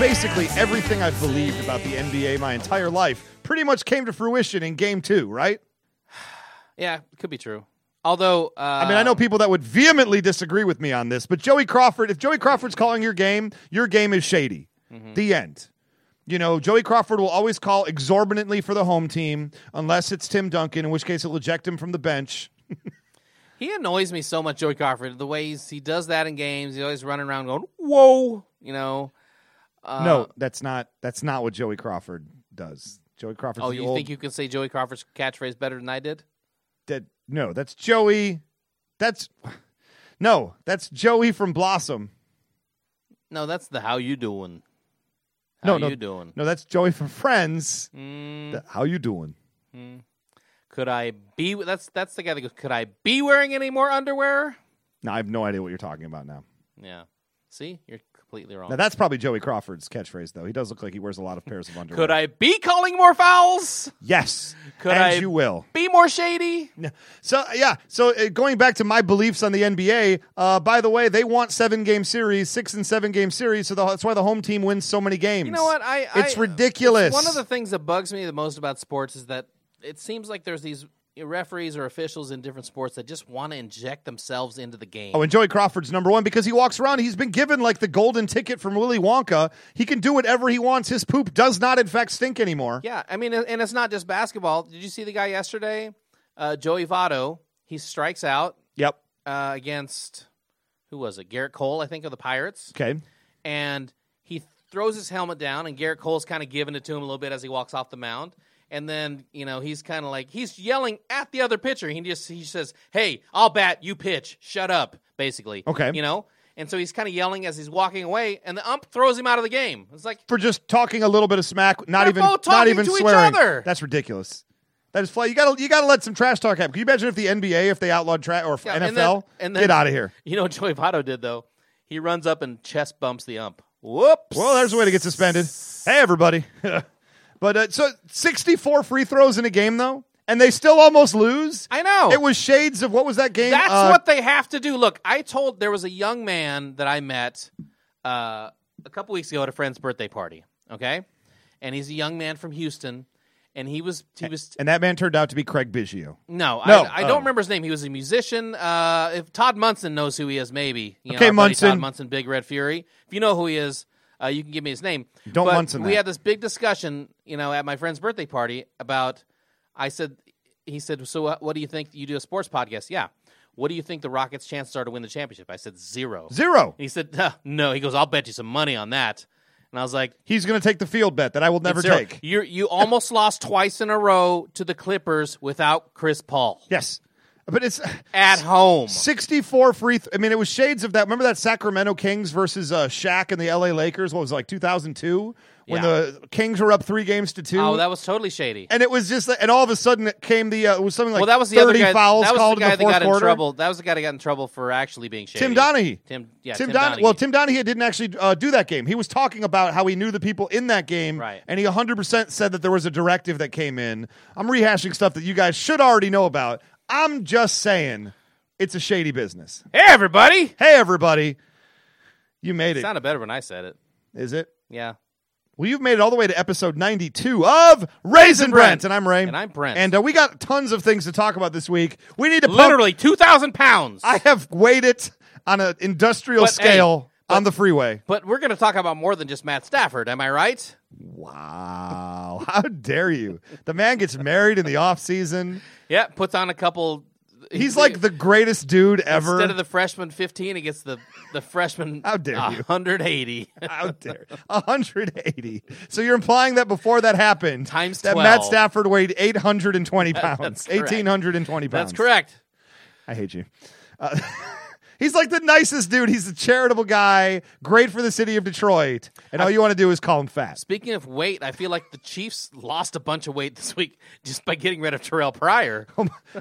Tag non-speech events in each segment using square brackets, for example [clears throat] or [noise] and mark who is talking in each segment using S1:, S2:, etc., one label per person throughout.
S1: basically everything I've believed about the NBA my entire life pretty much came to fruition in game two, right?
S2: Yeah, it could be true. Although, uh,
S1: I mean, I know people that would vehemently disagree with me on this, but Joey Crawford, if Joey Crawford's calling your game, your game is shady.
S2: Mm-hmm.
S1: The end. You know, Joey Crawford will always call exorbitantly for the home team unless it's Tim Duncan, in which case he'll eject him from the bench.
S2: uh, he annoys me so much, Joey Crawford. The way he's, he does that in games, he's always running around going, "Whoa," you know. Uh,
S1: no, that's not that's not what Joey Crawford does. Joey Crawford's
S2: Oh,
S1: the
S2: you
S1: old
S2: think you can say Joey Crawford's catchphrase better than I did?
S1: that no, that's Joey. That's no, that's Joey from Blossom.
S2: No, that's the how you doing.
S1: No,
S2: How
S1: no.
S2: you doing? Mm.
S1: No, that's Joey from Friends. Th- How you doing?
S2: Could I be? That's that's the guy that goes. Could I be wearing any more underwear?
S1: No, I have no idea what you're talking about now.
S2: Yeah. See, you're completely wrong.
S1: Now that's probably Joey Crawford's catchphrase, though. He does look like he wears a lot of pairs of underwear.
S2: Could I be calling more fouls?
S1: Yes.
S2: Could
S1: and
S2: I-
S1: you will.
S2: Be more shady?
S1: No. So yeah. So uh, going back to my beliefs on the NBA. Uh, by the way, they want seven game series, six and seven game series. So the, that's why the home team wins so many games.
S2: You know what? I, I
S1: it's ridiculous.
S2: One of the things that bugs me the most about sports is that it seems like there's these referees or officials in different sports that just want to inject themselves into the game.
S1: Oh, and Joey Crawford's number one because he walks around. He's been given like the golden ticket from Willy Wonka. He can do whatever he wants. His poop does not, in fact, stink anymore.
S2: yeah, I mean, and it's not just basketball. Did you see the guy yesterday, uh, Joey Votto? He strikes out
S1: Yep.
S2: uh, against who was it? Garrett Cole, I think, of the Pirates,
S1: Okay.
S2: and he throws his helmet down, and Garrett Cole's kind of giving it to him a little bit as he walks off the mound. And then you know he's kind of like he's yelling at the other pitcher. He just he says, "Hey, I'll bat, you pitch. Shut up." Basically,
S1: Okay.
S2: you know. And so he's kind of yelling as he's walking away, and the ump throws him out of the game. It's like [laughs]
S1: For just talking a little bit of smack, not
S2: They're
S1: even
S2: both
S1: not
S2: talking
S1: even
S2: to each
S1: swearing.
S2: other.
S1: That's ridiculous. That is fly. You gotta you gotta let some trash talk happen. Can you imagine if the NBA if they outlawed trash or if
S2: Yeah,
S1: NFL?
S2: and then- and then-
S1: get out of here.
S2: you know what Joey Votto did though. He runs up and chest bumps the ump. Whoops.
S1: Well, there's a way to get suspended. Hey, everybody. [laughs] but uh, so 64 free throws in a game though, and they still almost lose.
S2: I know.
S1: It was shades of what was that game?
S2: That's
S1: Uh,
S2: what they have to do. Look, I told there was a young man that I met uh, a couple weeks ago at a friend's birthday party. Okay, and he's a young man from Houston, and he was he was
S1: And that man turned out to be Craig Biggio.
S2: no,
S1: No,
S2: I, I
S1: oh.
S2: don't remember his name. He was a musician. Uh, if Todd Munson knows who he is, maybe you know,
S1: Okay,
S2: our buddy
S1: Munson.
S2: Todd Munson, Big Red Fury. If you know who he is, uh, you can give me his name.
S1: Don't
S2: but
S1: Munson
S2: We
S1: that.
S2: had this big discussion, you know, at my friend's birthday party about. I said, he said, so what, what do you think? You do a sports podcast, yeah. What do you think the Rockets' chances are to win the championship? I said zero.
S1: Zero.
S2: And he said, "Huh, no. He goes, I'll bet you some money on that. And I was like,
S1: He's going to take the field bet that I will never
S2: zero.
S1: take.
S2: You you almost [laughs] lost twice in a row to the Clippers without Chris Paul
S1: Yes. But it's
S2: at home.
S1: 64 free. Th- I mean, it was shades of that. Remember that Sacramento Kings versus uh, Shaq and the LA Lakers? What was it, like 2002 when
S2: Yeah.
S1: the Kings were up three games to two?
S2: Oh, that was totally shady.
S1: and it was just, and all of a sudden it came the, uh, it was something like
S2: well, that was the
S1: 30
S2: other guy.
S1: fouls
S2: that was
S1: called
S2: the guy
S1: in the
S2: that
S1: fourth
S2: got
S1: quarter.
S2: in trouble. That was the guy that got in trouble for actually being shady.
S1: Tim Donaghy.
S2: Tim, yeah,
S1: Tim,
S2: Tim,
S1: Don-
S2: Donaghy.
S1: Well, Tim Donahue didn't actually uh, do that game. He was talking about how he knew the people in that game,
S2: Right.
S1: and he 100% said that there was a directive that came in. I'm rehashing stuff that you guys should already know about. I'm just saying it's a shady business.
S2: Hey, everybody.
S1: Hey, everybody. You made it.
S2: Sounded better when I said it.
S1: Is it?
S2: Yeah.
S1: Well, you've made it all the way to episode 92 of Raisin Brent.
S2: Brent.
S1: And I'm Ray.
S2: And I'm Brent.
S1: And uh, we got tons of things to talk about this week. We need to pump-
S2: Literally two thousand pounds.
S1: I have weighed it on an industrial
S2: But, hey,
S1: scale on the freeway.
S2: but we're going to talk about more than just Matt Stafford. Am I right?
S1: Wow. [laughs] How dare you? The man gets married in the off season.
S2: Yeah. Puts on a couple.
S1: He's like the greatest dude ever.
S2: Instead of the freshman 15, he gets the, the freshman
S1: How dare you.
S2: 180.
S1: How dare 180. So you're implying that before that happened,
S2: Times
S1: that Matt
S2: 12.
S1: Stafford weighed 820 pounds.
S2: [laughs] That's correct.
S1: 1820 pounds.
S2: [laughs] That's correct.
S1: I hate you. Uh, [laughs] he's like the nicest dude. He's a charitable guy, great for the city of Detroit. And all you want to do is call him fat.
S2: Speaking of weight, I feel like the Chiefs lost a bunch of weight this week just by getting rid of Terrell Pryor.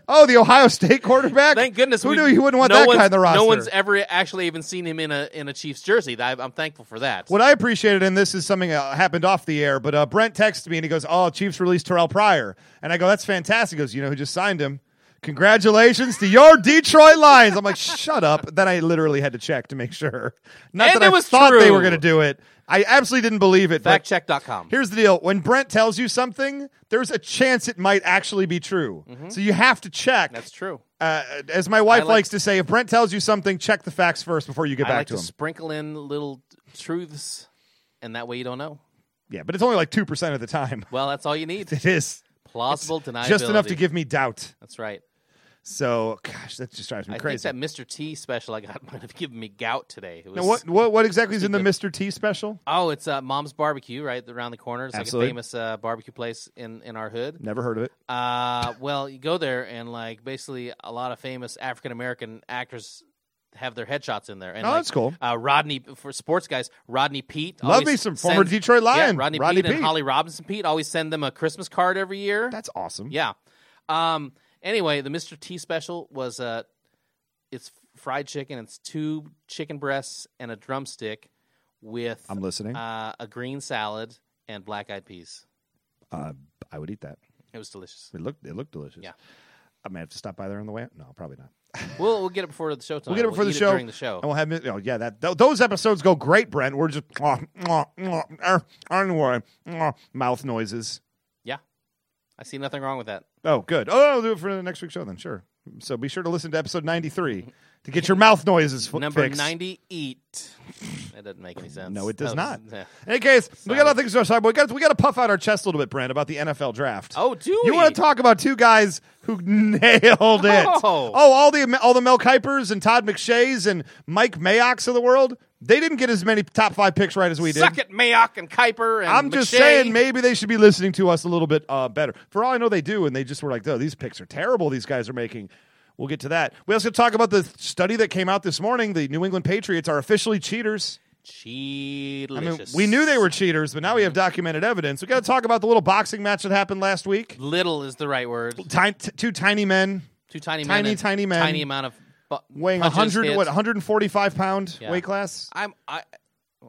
S1: Oh, the Ohio State quarterback?
S2: Thank goodness.
S1: Who
S2: we,
S1: knew you wouldn't want
S2: no
S1: that guy
S2: one's-
S1: on the roster?
S2: No one's ever actually even seen him in a in a Chiefs jersey. I, I'm thankful for that.
S1: What I appreciated in this is something that happened off the air, but uh, Brent texted me and he goes, Oh, Chiefs released Terrell Pryor. And I go, That's fantastic. He goes, You know who just signed him? congratulations to your Detroit Lions. I'm like, shut up. Then I literally had to check to make sure. Not
S2: And
S1: that I
S2: it was
S1: thought they
S2: true.
S1: were going to do it. I absolutely didn't believe it. but
S2: Factcheck.com.
S1: Here's the deal. When Brent tells you something, there's a chance it might actually be true. So you have to check.
S2: Mm-hmm. That's true.
S1: Uh, as my wife
S2: I like-
S1: likes to say, if Brent tells you something, check the facts first before you get
S2: I
S1: back
S2: like
S1: to
S2: to,
S1: him.
S2: sprinkle in little truths, and that way you don't know.
S1: yeah, but it's only like 2% of the time.
S2: Well, that's all you
S1: [laughs]
S2: need.
S1: It is
S2: Plausible deniability.
S1: just enough to give me doubt.
S2: That's right.
S1: So, gosh, that just drives me
S2: I
S1: crazy.
S2: think that Mr. T special I got [laughs] might have given me gout today. It was,
S1: now, what, what, what exactly is in the Mr. T special?
S2: Oh, it's uh, Mom's Barbecue right around the corner. It's
S1: Absolutely.
S2: like a famous uh, barbecue place in, in our hood.
S1: Never heard of it.
S2: Uh, well, you go there and like basically a lot of famous African American actors have their headshots in there. And
S1: Oh,
S2: like,
S1: that's cool.
S2: Uh, Rodney for sports guys, Rodney Pete.
S1: Love
S2: always
S1: me some former
S2: sends-
S1: Detroit Lion,
S2: Yeah, Rodney,
S1: Rodney
S2: Pete,
S1: Pete.
S2: and Holly Robinson Pete always send them a Christmas card every year.
S1: That's awesome.
S2: yeah. Um. Anyway, the Mr. T special was uh, it's fried chicken. It's two chicken breasts and a drumstick with
S1: I'm listening.
S2: uh, a green salad and black eyed peas.
S1: Uh, I would eat that.
S2: It was delicious.
S1: It looked it looked delicious.
S2: Yeah.
S1: I may have to stop by there on the way. out. No, probably not.
S2: We'll we'll get it before the show
S1: We'll
S2: tonight.
S1: get it before the
S2: eat
S1: show.
S2: during the show.
S1: And we'll have it- oh yeah, that th- those episodes go great, Brent. We're just uh, uh, uh, uh, uh, uh, uh, mouth noises.
S2: Yeah. I see nothing wrong with that.
S1: Oh, good. Oh, I'll do it for the next week's show then. Sure. So be sure to listen to episode 93 to get your mouth noises fi-
S2: Number
S1: fixed.
S2: 98. That doesn't make any sense.
S1: No, it does
S2: That
S1: not.
S2: was- yeah.
S1: In any case, we got other things to talk about. We got, we got to puff out our chest a little bit, Brent, about the NFL draft.
S2: Oh, do
S1: You
S2: we?
S1: want to talk about two guys who [laughs] nailed it?
S2: Oh.
S1: all the all the Mel Kipers and Todd McShays and Mike Mayocks of the world. They didn't get as many top five picks right as we did.
S2: Suck it, Mayock and Kuiper and
S1: I'm just
S2: McShay.
S1: saying, maybe they should be listening to us a little bit uh, better. For all I know, they do, and they just were like, "Oh, these picks are terrible. These guys are making." We'll get to that. We also talk about the study that came out this morning. The New England Patriots are officially cheaters.
S2: Cheatlicious.
S1: I mean, we knew they were cheaters, but now we have documented evidence. We got to talk about the little boxing match that happened last week.
S2: Little is the right word.
S1: Tiny, t- two tiny men
S2: Two tiny,
S1: Tiny,
S2: men and
S1: tiny men.
S2: Tiny amount of bu-
S1: weighing
S2: punches,
S1: 100
S2: hits.
S1: what 145 pound
S2: Yeah.
S1: weight class.
S2: I'm I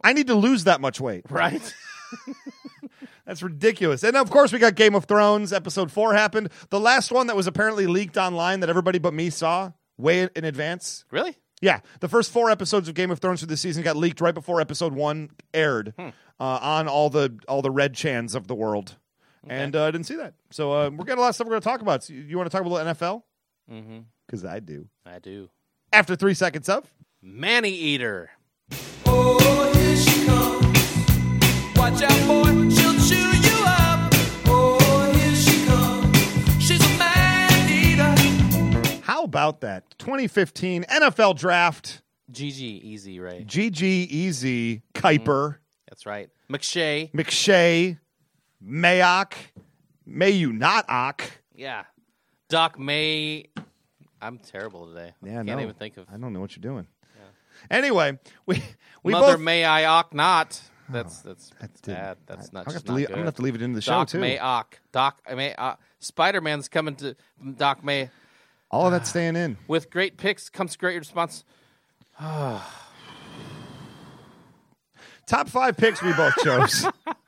S1: I need to lose that much weight.
S2: right. [laughs]
S1: That's ridiculous. And of course, we got Game of Thrones episode four happened. The last one that was apparently leaked online that everybody but me saw way in advance.
S2: really?
S1: Yeah, the first four episodes of Game of Thrones for this season got leaked right before episode one aired
S2: Hmm.
S1: uh, on all the all the red chans of the world, and uh, I didn't see that. So uh, we're getting a lot of stuff we're going to talk about. So you you want to talk about the NFL?
S2: Mm-hmm.
S1: Because I do.
S2: I do.
S1: After three seconds up,
S2: Manny eater.
S3: Oh, here she comes. Watch out, boy, she'll chew you up. Oh, here she comes. She's a man eater.
S1: how about that 2015 NFL Draft?
S2: GG easy, Ray.
S1: GG Easy Kuiper.
S2: That's right. McShay.
S1: McShay, Mayock, may you not ock.
S2: Yeah. Doc May. I'm terrible today.
S1: Yeah,
S2: Can't
S1: no.
S2: even think of
S1: I don't know what you're doing. Anyway, we we
S2: Mother
S1: both.
S2: May I Ock not. That's that's that's
S1: Didn't-
S2: bad. That's
S1: Oh, I- I'm
S2: not. just
S1: gonna, have to leave, I'm
S2: not
S1: gonna have to leave it into the
S2: Doc
S1: show too.
S2: May uh, Ock. Doc May Ock. Spider Man's coming to Doc May.
S1: All of that's staying in.
S2: With great picks comes great response.
S1: Top five picks we both chose,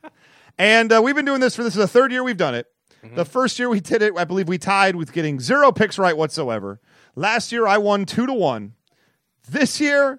S1: [laughs] and uh, we've been doing this for this is the third year we've done it.
S2: Mm-hmm.
S1: The first year we did it, I believe we tied with getting zero picks right whatsoever. Last year I won two to one. This year,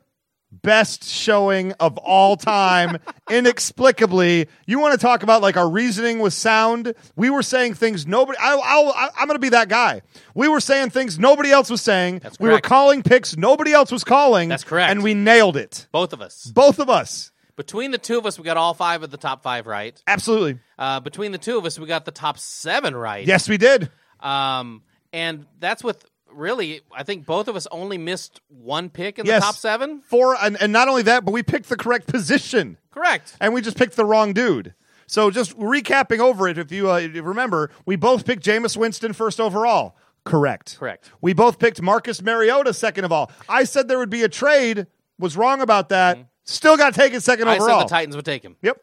S1: best showing of all
S2: [laughs]
S1: time, inexplicably. You want to talk about like our reasoning was sound? We were saying things nobody. I, I'll, I, I'm going to be that guy. We were saying things nobody else was saying.
S2: That's
S1: we were
S2: correct.
S1: calling picks nobody else was calling.
S2: That's correct.
S1: And we nailed it,
S2: Both of us.
S1: both of us.
S2: Between the two of us, we got all five of the top five right.
S1: Absolutely.
S2: Uh, between the two of us, we got the top seven right.
S1: Yes, we did.
S2: Um, and that's with really, I think both of us only missed one pick in
S1: Yes.
S2: the top seven.
S1: Four, and, and not only that, but we picked the correct position,
S2: Correct.
S1: and we just picked the wrong dude. So just recapping over it, if you, uh, if you remember, we both picked Jameis Winston first overall. Correct.
S2: Correct.
S1: We both picked Marcus Mariota second of all. I said there would be a trade. Was wrong about that. Still got taken second
S2: Mm-hmm. I
S1: overall.
S2: said the Titans would take him.
S1: Yep.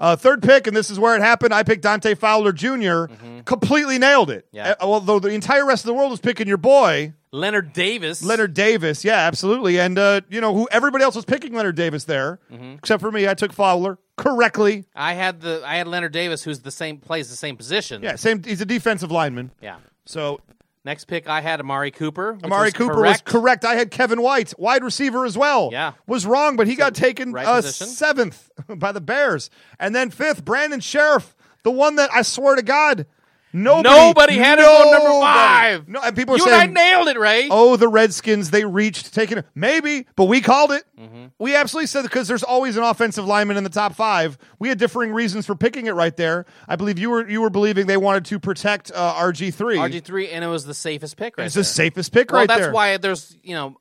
S1: Uh, third pick, and this is where it happened. I picked Dante Fowler junior Completely nailed it.
S2: Mm-hmm. Yeah.
S1: Uh, although the entire rest of the world was picking your boy.
S2: Leonard Davis.
S1: Leonard Davis, yeah, absolutely, and uh, you know who everybody else was picking Leonard Davis there,
S2: Mm-hmm.
S1: except for me. I took Fowler correctly.
S2: I had the I had Leonard Davis, who's the same plays the same position.
S1: Yeah, same. He's a defensive lineman,
S2: Yeah.
S1: so
S2: Next pick, I had Amari Cooper. which
S1: Amari
S2: was
S1: Cooper
S2: correct.
S1: was correct. I had Kevin White, wide receiver as well.
S2: Yeah.
S1: Was wrong, but he got taken
S2: right
S1: uh,
S2: position.
S1: seventh [laughs] by the Bears. And then fifth, Brandon Sheriff, the one that I swear to God, nobody,
S2: Nobody had him on number
S1: nobody-
S2: five.
S1: No, and people are
S2: you
S1: saying,
S2: and I nailed it, Ray.
S1: oh, the Redskins, they reached taking it. Maybe, but we called it.
S2: Mm-hmm.
S1: We absolutely said because there's always an offensive lineman in the top five. We had differing reasons for picking it right there. I believe you were you were believing they wanted to protect uh, RG3.
S2: RG three, and it was the safest pick right
S1: it's
S2: there.
S1: the safest pick
S2: well,
S1: right
S2: that's
S1: there.
S2: why there's you know,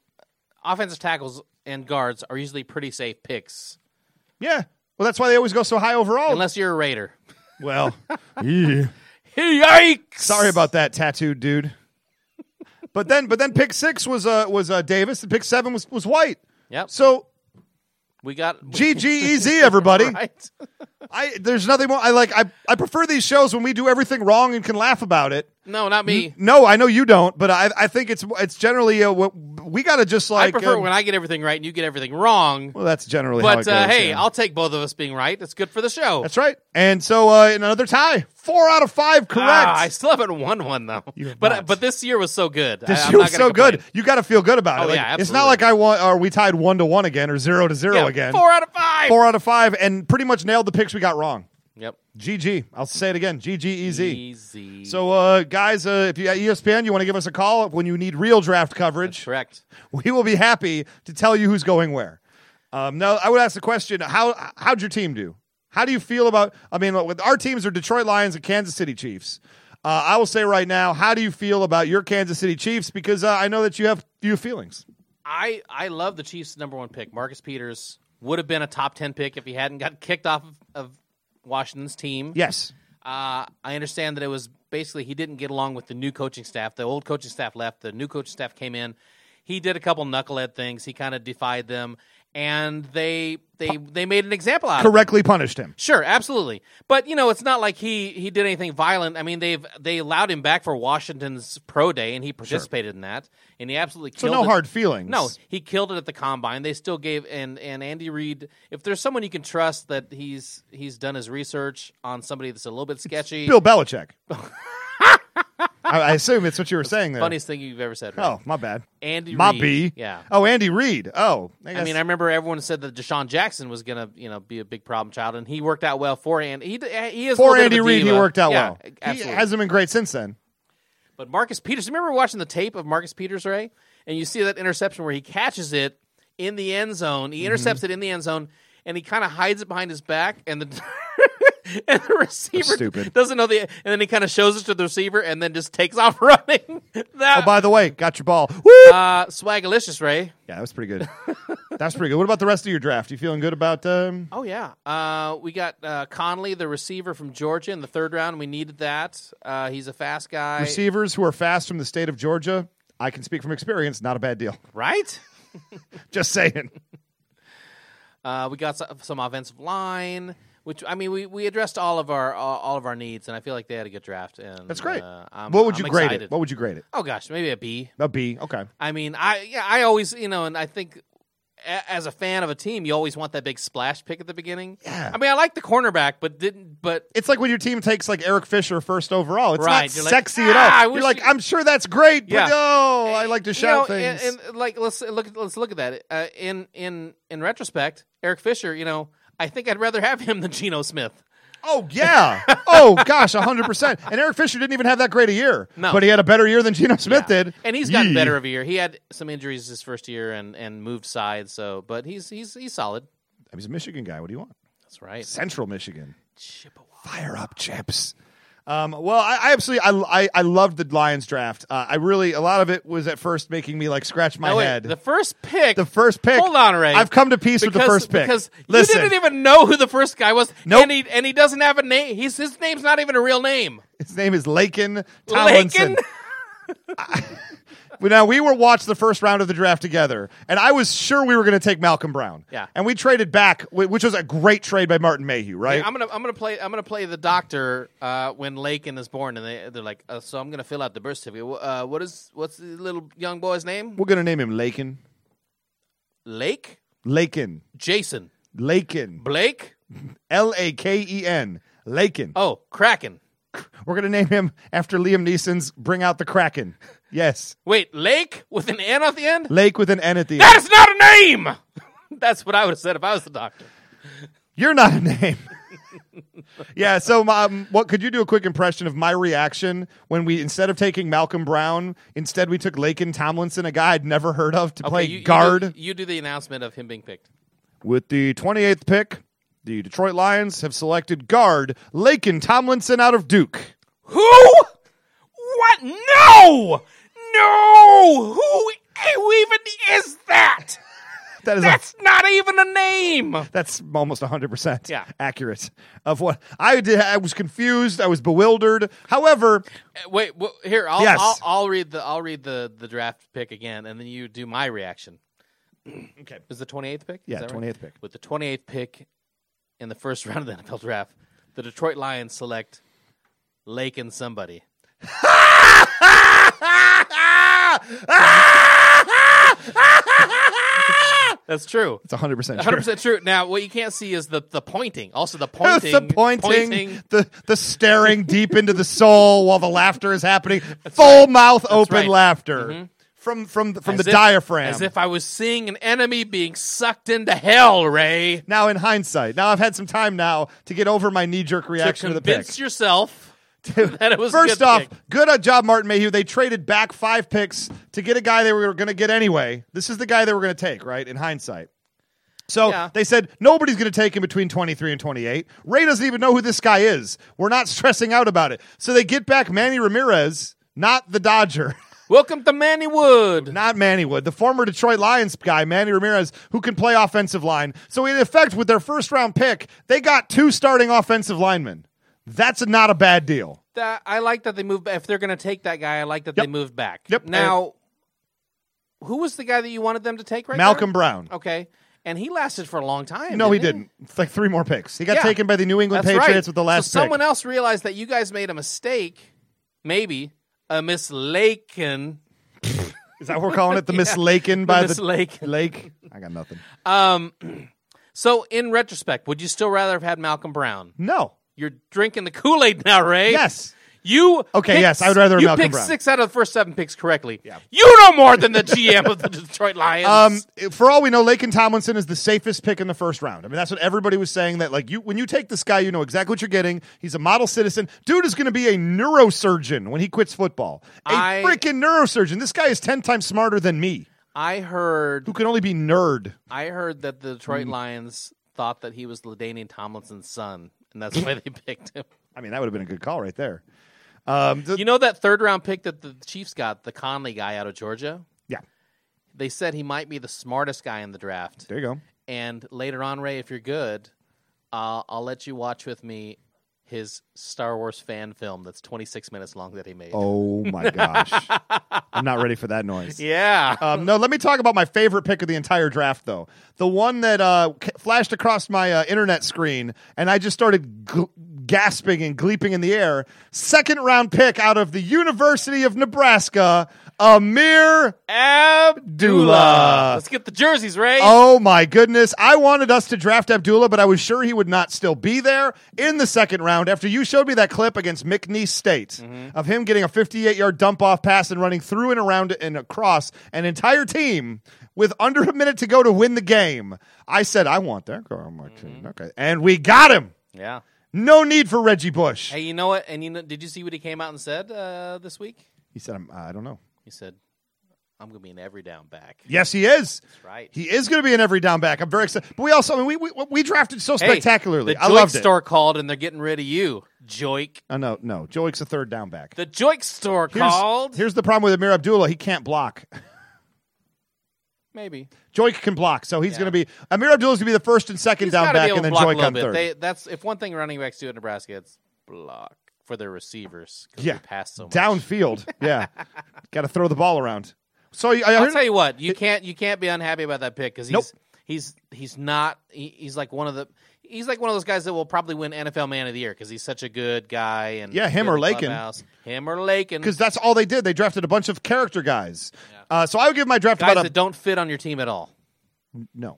S2: offensive tackles and guards are usually pretty safe picks
S1: Yeah. Well, that's why they always go so high overall.
S2: unless you're a Raider.
S1: [laughs]
S2: [laughs]
S1: well,
S2: Yikes!
S1: sorry about that, tattooed dude. But then, but then, pick six was uh was uh Davis, and pick seven was was White.
S2: Yep.
S1: So
S2: we got
S1: GGEZ,
S2: [laughs]
S1: everybody.
S2: Right.
S1: I there's nothing more. I like I I prefer these shows when we do everything wrong and can laugh about it.
S2: No, not me.
S1: No, I know you don't, but I I think it's it's generally uh, what we got to just like.
S2: I prefer
S1: um,
S2: when I get everything right and you get everything wrong.
S1: well, that's generally. how it
S2: But uh,
S1: goes,
S2: hey,
S1: yeah.
S2: I'll take both of us being right. It's good for the show.
S1: that's right. And so uh, in another tie, four out of five correct.
S2: Ah, I still haven't won one though.
S1: You have
S2: But uh,
S1: not.
S2: but this year was so good. I,
S1: This
S2: I'm
S1: year
S2: not
S1: was
S2: gonna
S1: so good.
S2: complain.
S1: You got to feel good about
S2: Oh,
S1: it. Like,
S2: yeah,
S1: it's not
S2: absolutely.
S1: like I won or we tied one to one again or zero to zero
S2: Yeah,
S1: again.
S2: Four out of five.
S1: Four out of five, and pretty much nailed the picks we got wrong.
S2: Yep.
S1: GG. I'll say it again. E
S2: E
S1: GGEZ.
S2: Easy.
S1: So, uh, guys, uh, if you at ESPN, you want to give us a call when you need real draft coverage,
S2: correct.
S1: [laughs] we will be happy to tell you who's going where. Um, now, I would ask the question: How how'd your team do? How do you feel about? I mean, with our teams are Detroit Lions and Kansas City Chiefs. Uh, I will say right now, how do you feel about your Kansas City Chiefs? Because uh, I know that you have you have feelings.
S2: I I love the Chiefs' number one pick, Marcus Peters. Would have been a top ten pick if he hadn't got kicked off of, of Washington's team.
S1: Yes,
S2: Uh, I understand that it was basically he didn't get along with the new coaching staff. The old coaching staff left. The new coaching staff came in. He did a couple knucklehead things. He kind of defied them, and they they they made an example out of him.
S1: correctly punished
S2: [laughs]
S1: him.
S2: Sure, absolutely. But you know, it's not like he he did anything violent. I mean, they've they allowed him back for Washington's pro day, and he participated in that, and he absolutely
S1: So
S2: killed
S1: no
S2: it.
S1: hard feelings.
S2: No, he killed it at the combine. They still gave and and Andy Reid. If there's someone you can trust that he's he's done his research on somebody that's a little bit sketchy.
S1: Bill Belichick.
S2: [laughs]
S1: I, I assume it's what you were saying there.
S2: funniest thing you've ever said. Ray.
S1: Oh, my bad.
S2: Andy
S1: my
S2: Reid.
S1: B.
S2: Yeah.
S1: Oh, Andy Reid. Oh,
S2: I mean, I remember everyone said that Deshaun Jackson was gonna, you know, be a big problem child, and he worked out well for Andy. He, eh, he is a
S1: for
S2: little bit
S1: Andy
S2: of a
S1: Reid, he
S2: diva.
S1: worked out
S2: Yeah,
S1: well.
S2: Absolutely.
S1: He hasn't been great since then.
S2: But Marcus Peters, remember watching the tape of Marcus Peters, Ray? And you see that interception where he catches it in the end zone.
S1: Mm-hmm.
S2: He intercepts it in the end zone, and he kind of hides it behind his back, and the [laughs] and the receiver
S1: stupid.
S2: doesn't know the. And then he kind of shows it to the receiver, and then just takes off [laughs] running.
S1: Oh,
S2: that
S1: by the way, got your
S2: [laughs]
S1: ball. Woo!
S2: uh, swagalicious, Ray.
S1: Yeah, that was pretty good. [laughs] That's pretty good. What about the rest of your draft? You feeling good about? Um,
S2: Oh yeah, uh, we got uh, Conley, the receiver from Georgia, in the third round. We needed that. Uh, he's a fast guy,
S1: receivers who are fast from the state of Georgia. I can speak from experience. Not a bad deal. [laughs]
S2: right?
S1: Just saying.
S2: Uh, we got some, some offensive line, which I mean, we, we addressed all of our all, all of our needs, and I feel like they had a good draft. And
S1: That's great.
S2: Uh, I'm,
S1: what would
S2: I'm
S1: you grade
S2: excited.
S1: it? What would you grade it?
S2: oh gosh, maybe a B.
S1: A B. Okay.
S2: I mean, I yeah, I always you know, and I think a, as a fan of a team, you always want that big splash pick at the beginning.
S1: Yeah.
S2: I mean, I like the cornerback, but didn't but
S1: It's like when your team takes like Eric Fisher first overall. It's
S2: Right,
S1: not
S2: you're like,
S1: sexy
S2: "Ah, I
S1: at all.
S2: wish
S1: You're like,
S2: you-"
S1: I'm sure that's great, but
S2: Yeah.
S1: no, I like to
S2: you know,
S1: shout things.
S2: And, and like let's look at- let's look at that uh, in in in retrospect. Eric Fisher, you know, I think I'd rather have him than Geno Smith.
S1: oh yeah. oh gosh, hundred percent. And Eric Fisher didn't even have that great a year.
S2: No.
S1: But he had a better year than Geno Smith
S2: Yeah.
S1: did.
S2: And he's gotten
S1: Yee.
S2: better every year. He had some injuries his first year and and moved sides. So, but he's he's he's solid.
S1: I mean, He's a Michigan guy. What do you want?
S2: That's right.
S1: Central Michigan.
S2: Chippewa.
S1: Fire up, chips. Um, well, I, I absolutely, I, I, I loved the Lions draft. Uh, I really, a lot of it was at first making me like scratch my
S2: Oh, wait,
S1: head.
S2: the first pick.
S1: The first pick.
S2: Hold on, Ray.
S1: I've come to peace with the first pick.
S2: because
S1: Listen.
S2: you didn't even know who the first guy was.
S1: Nope.
S2: And he and he doesn't have a name. He's his name's not even a real name.
S1: His name is Lakin Tomlinson.
S2: Lakin. [laughs]
S1: Well, [laughs] Now we were watched the first round of the draft together, and I was sure we were going to take Malcolm Brown.
S2: Yeah.
S1: and we traded back, wh- which was a great trade by Martin Mayhew, right?
S2: I'm gonna I'm gonna play I'm gonna play the doctor uh, when Lakin is born, and they they're like, uh, so I'm gonna fill out the birth certificate. Wh- Uh, what is what's the little young boy's name?
S1: we're going to name him Lakin,
S2: Lake,
S1: Lakin,
S2: Jason,
S1: Lakin,
S2: Blake.
S1: L A K E N, Lakin.
S2: Oh, Kraken.
S1: We're gonna name him after Liam Neeson's "Bring Out the Kraken." Yes,
S2: Wait, Lake with an N at the end?
S1: Lake with an N at the end.
S2: That is not a name! [laughs] That's what I would have said if I was the doctor.
S1: You're not a name. [laughs] yeah. So, um, what could you do a quick impression of my reaction when we instead of taking Malcolm Brown, instead we took Lakin Tomlinson, a guy I'd never heard of, to play
S2: Okay, you- you do-
S1: guard
S2: You do, the announcement of him being picked.
S1: with the 28th pick. The Detroit Lions have selected guard Lakin Tomlinson out of Duke.
S2: Who? What? No! No! Who, who even is that?
S1: That is a-
S2: That's not even a name!
S1: that's almost 100%
S2: Yeah.
S1: accurate of what I did. I was confused. I was bewildered. However,
S2: Uh, Wait, well, here I'll,
S1: Yes.
S2: I'll I'll read the I'll read the the draft pick again, and then you do my reaction.
S1: [clears throat] Okay.
S2: is the twenty eighth pick? Is
S1: Yeah,
S2: that right?
S1: 28th pick.
S2: With the twenty eighth pick in the first [laughs] round of the NFL draft, the Detroit Lions select Lake and somebody. [laughs] That's true.
S1: it's 100%
S2: Hundred
S1: true.
S2: percent true. Now, what you can't see is the the pointing.
S1: [laughs]
S2: Also, the pointing.
S1: the pointing, the the staring deep into the soul while the laughter is
S2: [laughs]
S1: happening, full mouth open
S2: right. Mm-hmm.
S1: laughter from from the, from
S2: as
S1: the
S2: if-
S1: diaphragm.
S2: As if I was seeing an enemy being sucked into hell, Ray.
S1: now, in hindsight, now I've had some time now to get over my knee jerk
S2: To
S1: reaction to, the pick. [laughs]
S2: convince yourself that it was a
S1: First
S2: good
S1: off,
S2: pick.
S1: good job, Martin Mayhew. They traded back five picks to get a guy they were going to get anyway. This is the guy they were going to take, right? In hindsight. So
S2: Yeah.
S1: they said nobody's going to take him between 23 and 28. Ray doesn't even know who this guy is. We're not [laughs] stressing out about it. So they get back Manny Ramirez, not the Dodger, [laughs]
S2: Welcome to Manny Wood.
S1: not Manny Wood, the former Detroit Lions guy, Manny Ramirez, who can play offensive line. So in effect, with their first round pick, they got two starting offensive linemen. That's not a bad deal.
S2: That- I like that they moved. If they're going to take that guy, I like that
S1: Yep.
S2: they moved back.
S1: Yep.
S2: Now, who was the guy that you wanted them to take right
S1: Malcolm
S2: there?
S1: Brown.
S2: Okay. And he lasted for a long
S1: [laughs]
S2: time.
S1: No, he
S2: didn't.
S1: didn't. It's like three more picks. He got
S2: Yeah.
S1: taken by the New England
S2: That's
S1: Patriots
S2: right.
S1: with the last
S2: So someone
S1: pick.
S2: else realized that you guys made a mistake, maybe a mislaken.
S1: Is that what we're calling it?
S2: [laughs]
S1: The Miss Lakin by the,
S2: Miss Lakin.
S1: Lake. I got nothing.
S2: Um, so in retrospect, would you still rather have had Malcolm Brown?
S1: No.
S2: You're drinking the Kool Aid now, Ray.
S1: Yes.
S2: You
S1: Okay,
S2: picked-
S1: yes, I would rather have
S2: you
S1: Malcolm
S2: picked
S1: Brown.
S2: six out of the first seven picks correctly. Yeah. You know more than the GM of
S1: [laughs]
S2: the Detroit Lions.
S1: Um, for all we know, Lakin Tomlinson is the safest pick in the first round. I mean, that's what everybody was saying. That like you, when you take this guy, you know exactly what you're getting. He's a model citizen. Dude is going to be a neurosurgeon when he quits football. A
S2: I-
S1: freaking neurosurgeon. This guy is ten times smarter than me,
S2: I heard,
S1: who can only be nerd.
S2: I heard that the Detroit Lions thought that he was Ladainian Tomlinson's son, and that's why they picked him.
S1: I mean, that would have been a good call right there. Um, th-
S2: [laughs] You know that third round pick that the Chiefs got, the Conley guy out of Georgia.
S1: yeah,
S2: They said he might be the smartest guy in the draft.
S1: there you go.
S2: And later on, Ray, if you're good, uh, I'll let you watch with me his Star Wars fan film that's 26 minutes long that he made.
S1: Oh my gosh, I'm not ready for that noise.
S2: [laughs] Yeah.
S1: Um, no, let me talk about my favorite pick of the entire draft, though. The one that uh, c- flashed across my uh, internet screen, and I just started gl- gasping and gleeping in the air. Second round pick out of the University of Nebraska, Amir.
S2: Abdullah. Let's get the jerseys, Ray.
S1: Oh my goodness. I wanted us to draft Abdullah, but I was sure he would not still be there in the second round after you showed me that clip against McNeese State
S2: Mm-hmm.
S1: of him getting a 58 yard dump off pass and running through and around and across an entire team with under a minute to go to win the game. I said, I want that guy on my
S2: Mm-hmm.
S1: team. Okay. And we got him.
S2: Yeah.
S1: No need for Reggie Bush.
S2: Hey, you know what? And you know, did you see what he came out and said uh, this week?
S1: He said, I'm, I don't know.
S2: He said, "I'm gonna be an every down back."
S1: Yes, he is.
S2: right.
S1: He is going to be an every down back. I'm very excited. But we also, I mean, we, we, we drafted so
S2: Hey,
S1: spectacularly.
S2: the
S1: I
S2: Joik
S1: loved it.
S2: store called, and they're getting rid of you, Joik.
S1: Oh, no, no. Joik's a third down back.
S2: The Joik store
S1: Here's,
S2: called.
S1: here's the problem with Amir Abdullah. He can't block. [laughs]
S2: Maybe
S1: Joik can block, so he's going to be Amir Abdullah's going to be the first and second
S2: He's
S1: down
S2: gotta be
S1: back,
S2: able
S1: and
S2: to
S1: then
S2: block a
S1: Joik
S2: little
S1: on
S2: bit.
S1: third.
S2: They, that's if one thing running backs do at Nebraska, it's block for their receivers. 'cause
S1: Yeah.
S2: we pass so much.
S1: Downfield,
S2: [laughs]
S1: yeah, got to throw the ball around. So I, I
S2: I'll
S1: heard-
S2: tell you what, you can't you can't be unhappy about that pick because
S1: Nope.
S2: he's he's he's not he, he's like one of the he's like one of those guys that will probably win NFL Man of the Year because he's such a good guy and
S1: Yeah, him
S2: good
S1: or
S2: in the
S1: Lakin.
S2: clubhouse. him or Lakin
S1: because that's all they did. They drafted a bunch of character guys. Uh, so I would give my draft
S2: guys
S1: about a
S2: that don't fit on your team at all.
S1: no,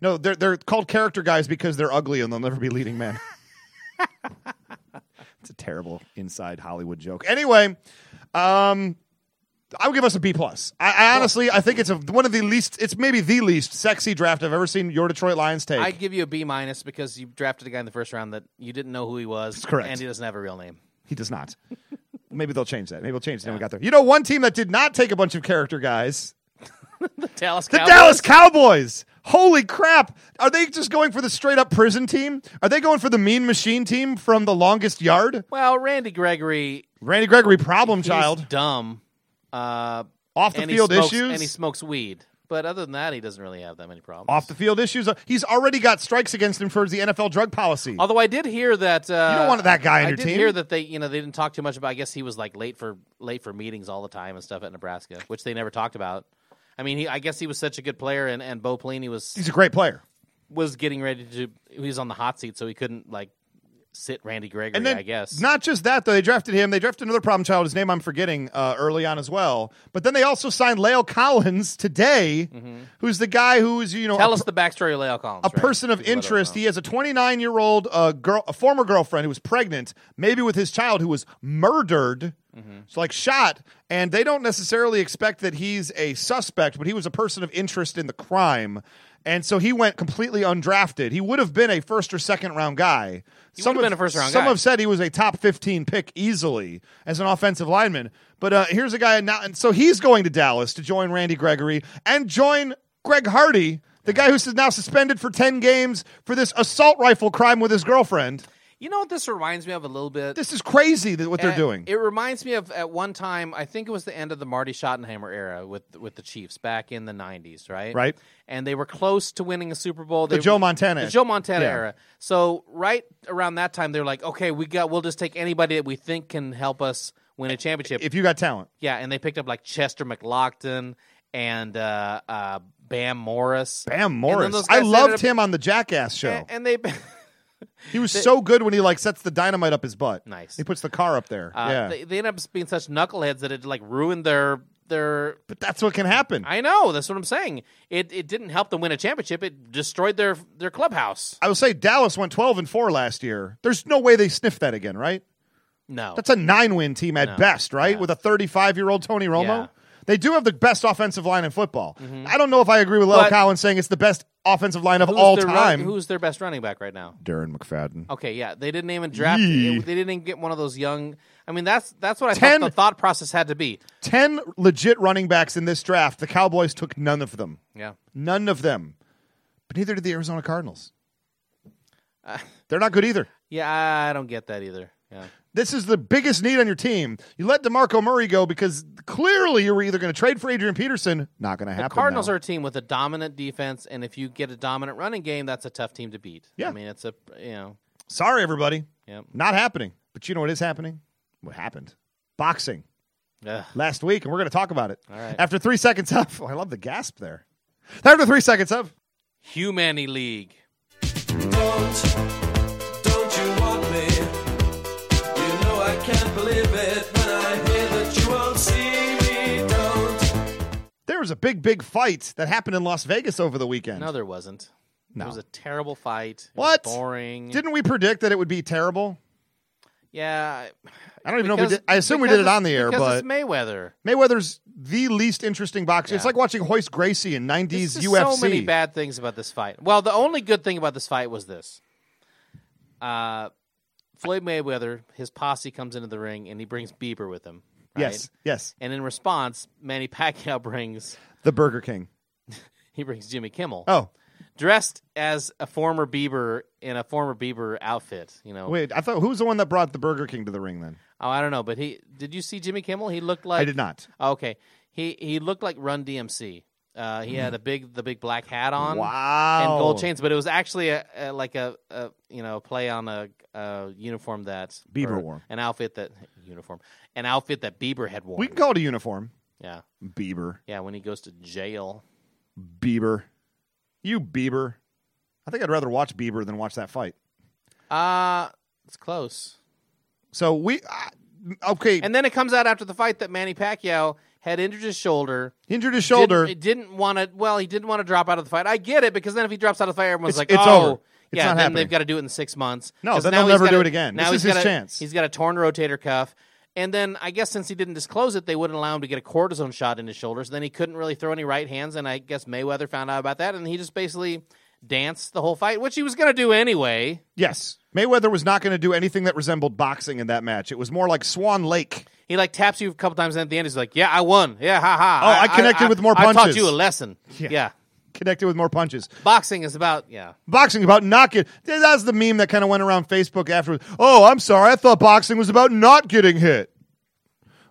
S1: no. They're they're called character guys because they're ugly and they'll never be leading men. It's a terrible inside Hollywood joke. Anyway, um, I would give us a B plus. I, I honestly, I think it's a, one of the least. It's maybe the least sexy draft I've ever seen your Detroit Lions take.
S2: I'd give you a B minus because you drafted a guy in the first round that you didn't know who he was. That's
S1: correct.
S2: And he doesn't have a real name.
S1: He does [laughs] not. Maybe they'll change that. Maybe they'll change the name we got there. You know, one team that did not take a bunch of character guys,
S2: The Dallas
S1: the
S2: Cowboys.
S1: Dallas Cowboys. Holy crap! Are they just going for the straight up prison team? Are they going for the mean machine team from the longest yard?
S2: Well, Randy Gregory,
S1: Randy Gregory, problem
S2: he's
S1: child,
S2: dumb. Uh,
S1: off the
S2: and he
S1: field
S2: smokes,
S1: issues.
S2: And he smokes weed. But other than that, he doesn't really have that many problems.
S1: off the field issues. Uh, He's already got strikes against him for the NFL drug policy.
S2: Although I did hear that uh,
S1: You don't want that guy on
S2: I
S1: your
S2: did
S1: team.
S2: hear that they, you know, they didn't talk too much about. I guess he was like late for late for meetings all the time and stuff at Nebraska, which they never talked about. I mean, he, I guess he was such a good player, and and Bo Pelini was
S1: He's a great player.
S2: was getting ready to. He was on the hot seat, so he couldn't like sit Randy Gregory.
S1: And then,
S2: I guess
S1: not just that though, they drafted him. They drafted another problem child. His name I'm forgetting uh, early on as well. But then they also signed Lale Collins today, who's the guy who's you know
S2: Mm-hmm. Tell
S1: a,
S2: us the backstory of Lyle Collins.
S1: a person of interest. He has a 29 year old uh, girl, a former girlfriend who was pregnant, maybe with his child, who was murdered. So like shot, and they don't necessarily expect that he's a suspect, but he was a person of interest in the crime, and so he went completely undrafted. He would have been a first or second round guy.
S2: He
S1: Some
S2: would have
S1: have-
S2: been a first-round
S1: Some
S2: guy.
S1: have said he was a top 15 pick easily as an offensive lineman. But uh, here's a guy now, and so he's going to Dallas to join Randy Gregory and join Greg Hardy, the guy who's now suspended for 10 games for this assault rifle crime with his girlfriend.
S2: you know what this reminds me of a little bit.
S1: This is crazy that what they're
S2: Uh,
S1: doing.
S2: It reminds me of at one time, I think it was the end of the Marty Schottenheimer era with with the Chiefs back in the '90s, right?
S1: Right.
S2: And they were close to winning a Super Bowl. They
S1: The Joe
S2: were-
S1: Montana.
S2: the Joe Montana
S1: Yeah.
S2: era. So right around that time, they're like, okay, we got, we'll just take anybody that we think can help us win a championship.
S1: if you got talent,
S2: yeah, and they picked up like Chester McLaughlin and uh, uh, Bam Morris.
S1: Bam
S2: then
S1: Morris.
S2: those
S1: I
S2: guys
S1: loved
S2: ended up- Eh,
S1: him on the Jackass show.
S2: A- [laughs] And they.
S1: he was so good when he like sets the dynamite up his butt.
S2: Nice.
S1: He puts the car up there.
S2: Uh,
S1: yeah.
S2: they, they end up being such knuckleheads that it like ruined their their
S1: but that's what can happen.
S2: I know. That's what I'm saying. It it didn't help them win a championship. It destroyed their their clubhouse.
S1: I will say Dallas went 12 and 4 last year. There's no way they sniffed that again, right?
S2: No,
S1: That's a 9-win team at best, right? With a 35-year-old Tony Romo.
S2: Yeah. Mm-hmm.
S1: They do have the best offensive line in football. I don't know if I agree with Lel
S2: But-
S1: Collins saying it's the best offensive line of
S2: who's
S1: all
S2: their
S1: time.
S2: Run, who's their best running back right now?
S1: Darren McFadden.
S2: Okay, yeah, they didn't even draft.
S1: Yee.
S2: They didn't even get one of those young. I mean, that's that's what I
S1: Ten-
S2: thought the thought process had to be.
S1: 10 legit running backs in this draft. The Cowboys took none of them.
S2: Yeah,
S1: None of them. But neither did the Arizona Cardinals.
S2: Uh,
S1: They're not good either.
S2: yeah, I don't get that either. Yeah,
S1: This is the biggest need on your team. You let DeMarco Murray go because clearly you were either going to trade for Adrian Peterson. Not going to happen.
S2: Cardinals
S1: now.
S2: are a team with a dominant defense, and if you get a dominant running game, that's a tough team to beat.
S1: Yeah.
S2: I mean, it's a you know,
S1: Sorry, everybody.
S2: Yep.
S1: Not happening. But you know what is happening? What happened? Boxing
S2: ugh.
S1: last week, and we're going to talk about it. All
S2: right.
S1: After three seconds up, oh, I love the gasp there. After three seconds up,
S2: humani league.
S3: Don't, don't you want me? You know I can't believe it when I hear that you won't see me. Don't.
S1: there was a big, big fight that happened in Las Vegas over the weekend.
S2: No, there wasn't.
S1: No.
S2: It was a terrible fight. It was
S1: What?
S2: boring?
S1: Didn't we predict that it would be terrible?
S2: yeah. I-
S1: I don't even know if
S2: Because-
S1: we did. I assume we
S2: because
S1: did it
S2: it's-
S1: on the air,
S2: because
S1: but
S2: it's Mayweather.
S1: Mayweather's the least interesting boxer. It's
S2: Yeah.
S1: like watching Hoist Gracie in 90s
S2: There's just
S1: UFC.
S2: so many bad things about this fight. Well, the only good thing about this fight was this: uh, Floyd Mayweather, his posse comes into the ring and he brings Bieber with him. right?
S1: Yes, yes.
S2: And in response, Manny Pacquiao [laughs] brings
S1: The Burger King.
S2: he brings Jimmy Kimmel,
S1: Oh,
S2: dressed as a former Bieber in a former Bieber outfit. You know,
S1: wait. I thought who was the one that brought the Burger King to the ring then?
S2: oh, I don't know, but he did you see Jimmy Kimmel? He looked like
S1: I did not.
S2: Oh, okay, he he looked like Run DMC. Uh, he had a big the big black hat on.
S1: Hmm. Wow.
S2: and gold chains, but it was actually a, a like a, a you know play on a, a uniform that
S1: Bieber
S2: or
S1: wore.
S2: an outfit that uniform, an outfit that Bieber had worn.
S1: We can call it a uniform.
S2: yeah,
S1: Bieber.
S2: yeah. When he goes to jail,
S1: Bieber. You Bieber. I think I'd rather watch Bieber than watch that fight.
S2: uh it's close.
S1: So we uh, okay,
S2: And then it comes out after the fight that Manny Pacquiao had injured his shoulder.
S1: injured his shoulder.
S2: Didn't, it didn't want to. Well, he didn't want to drop out of the fight. I get it because then if he drops out of the fight, everyone's
S1: It's-
S2: like,
S1: it's
S2: "Oh,
S1: over. It's
S2: yeah,
S1: not
S2: then
S1: happening.
S2: they've got to do it in six months.
S1: No,
S2: 'Cause
S1: then
S2: now
S1: they'll
S2: he's
S1: never
S2: gotta-
S1: do it again.
S2: Now
S1: This is
S2: he's
S1: his
S2: got a-
S1: chance.
S2: He's got a torn rotator cuff. And then I guess since he didn't disclose it, they wouldn't allow him to get a cortisone shot in his shoulders. Then he couldn't really throw any right hands. And I guess Mayweather found out about that. And he just basically danced the whole fight, which he was going to do anyway.
S1: yes. Mayweather was not going to do anything that resembled boxing in that match. It was more like Swan Lake.
S2: He like taps you a couple times. And at the end, he's like, Yeah, I won. Yeah, ha ha.
S1: Oh, I connected with more
S2: I taught
S1: punches."
S2: you a lesson.
S1: Yeah.
S2: Yeah.
S1: Connected with more punches.
S2: Boxing is about, yeah.
S1: Boxing about not get. That's the meme that kind of went around Facebook afterwards. Oh, I'm sorry. I thought boxing was about not getting hit.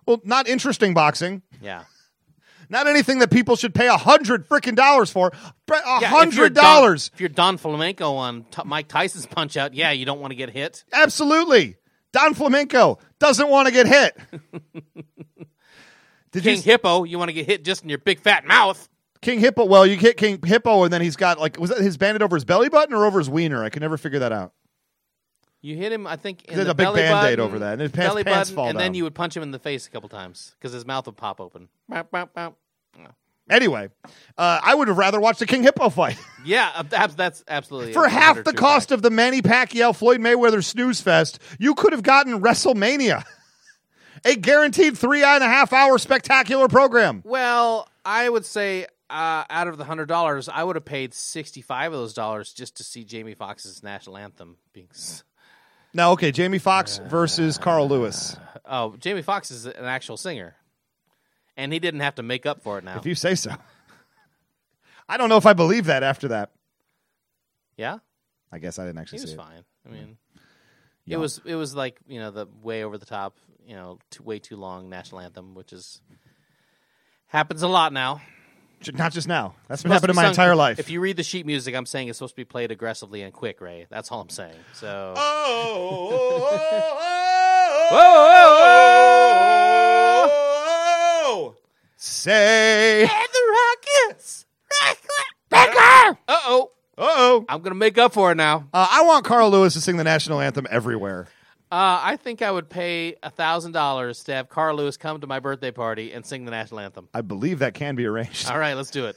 S1: Well, not interesting boxing.
S2: Yeah.
S1: Not anything that people should pay a hundred freaking dollars for. A
S2: Yeah, if you're
S1: hundred
S2: Don-
S1: dollars.
S2: If you're Don Flamenco on t- Mike Tyson's punch out, yeah, you don't want to get hit.
S1: Absolutely. Don Flamenco doesn't want to get
S2: [laughs]
S1: hit. Did
S2: King
S1: you
S2: Hippo, you want to get hit just in your big fat mouth.
S1: King Hippo? Well, you hit King Hippo, and then he's got like was that his banded over his belly button or over his wiener? I could never figure that out.
S2: You hit him, I think, in
S1: There's
S2: the
S1: a big
S2: belly
S1: Band-Aid
S2: button,
S1: over that, and his pants-
S2: belly
S1: pants
S2: button,
S1: fall
S2: and
S1: down.
S2: then you would punch him in the face a couple times because his mouth would pop open. Bow, bow, bow.
S1: Anyway, uh, I would have rather watched the King Hippo fight
S2: [laughs] Yeah, ab- ab- that's absolutely
S1: for
S2: a
S1: half
S2: 100
S1: the
S2: true
S1: cost
S2: fact.
S1: of the Manny Pacquiao Floyd Mayweather snooze fest. You could have gotten WrestleMania, [laughs] a guaranteed three and a half hour spectacular program.
S2: Well, I would say uh, out of the hundred dollars, I would have paid sixty-five of those dollars just to see Jamie Foxx's national anthem being. s-
S1: Now, okay, Jamie Foxx versus Carl Lewis.
S2: Oh, Jamie Foxx is an actual singer, and he didn't have to make up for it now.
S1: If you say so. [laughs] I don't know if I believe that after that.
S2: yeah,
S1: I guess I didn't actually
S2: He was
S1: see it.
S2: fine. I mean, it was it was like you know the way over the top, you know, too, way too long national anthem, which is happens a lot now.
S1: Ju- Not just now. That's been
S2: Must be
S1: happening my
S2: sung-
S1: entire life. [laughs]
S2: If you read the sheet music, I'm saying it's supposed to be played aggressively and quick, Ray. That's all I'm saying. So
S1: Oh. Say,
S2: and the Rockets, Baker. Uh oh,
S1: oh,
S2: I'm gonna make up for it now.
S1: uh, I want Carl Lewis to sing the national anthem everywhere.
S2: Uh, I think I would pay thousand dollars to have Carl Lewis come to my birthday party and sing the national anthem.
S1: I believe that can be arranged.
S2: All right, let's do it.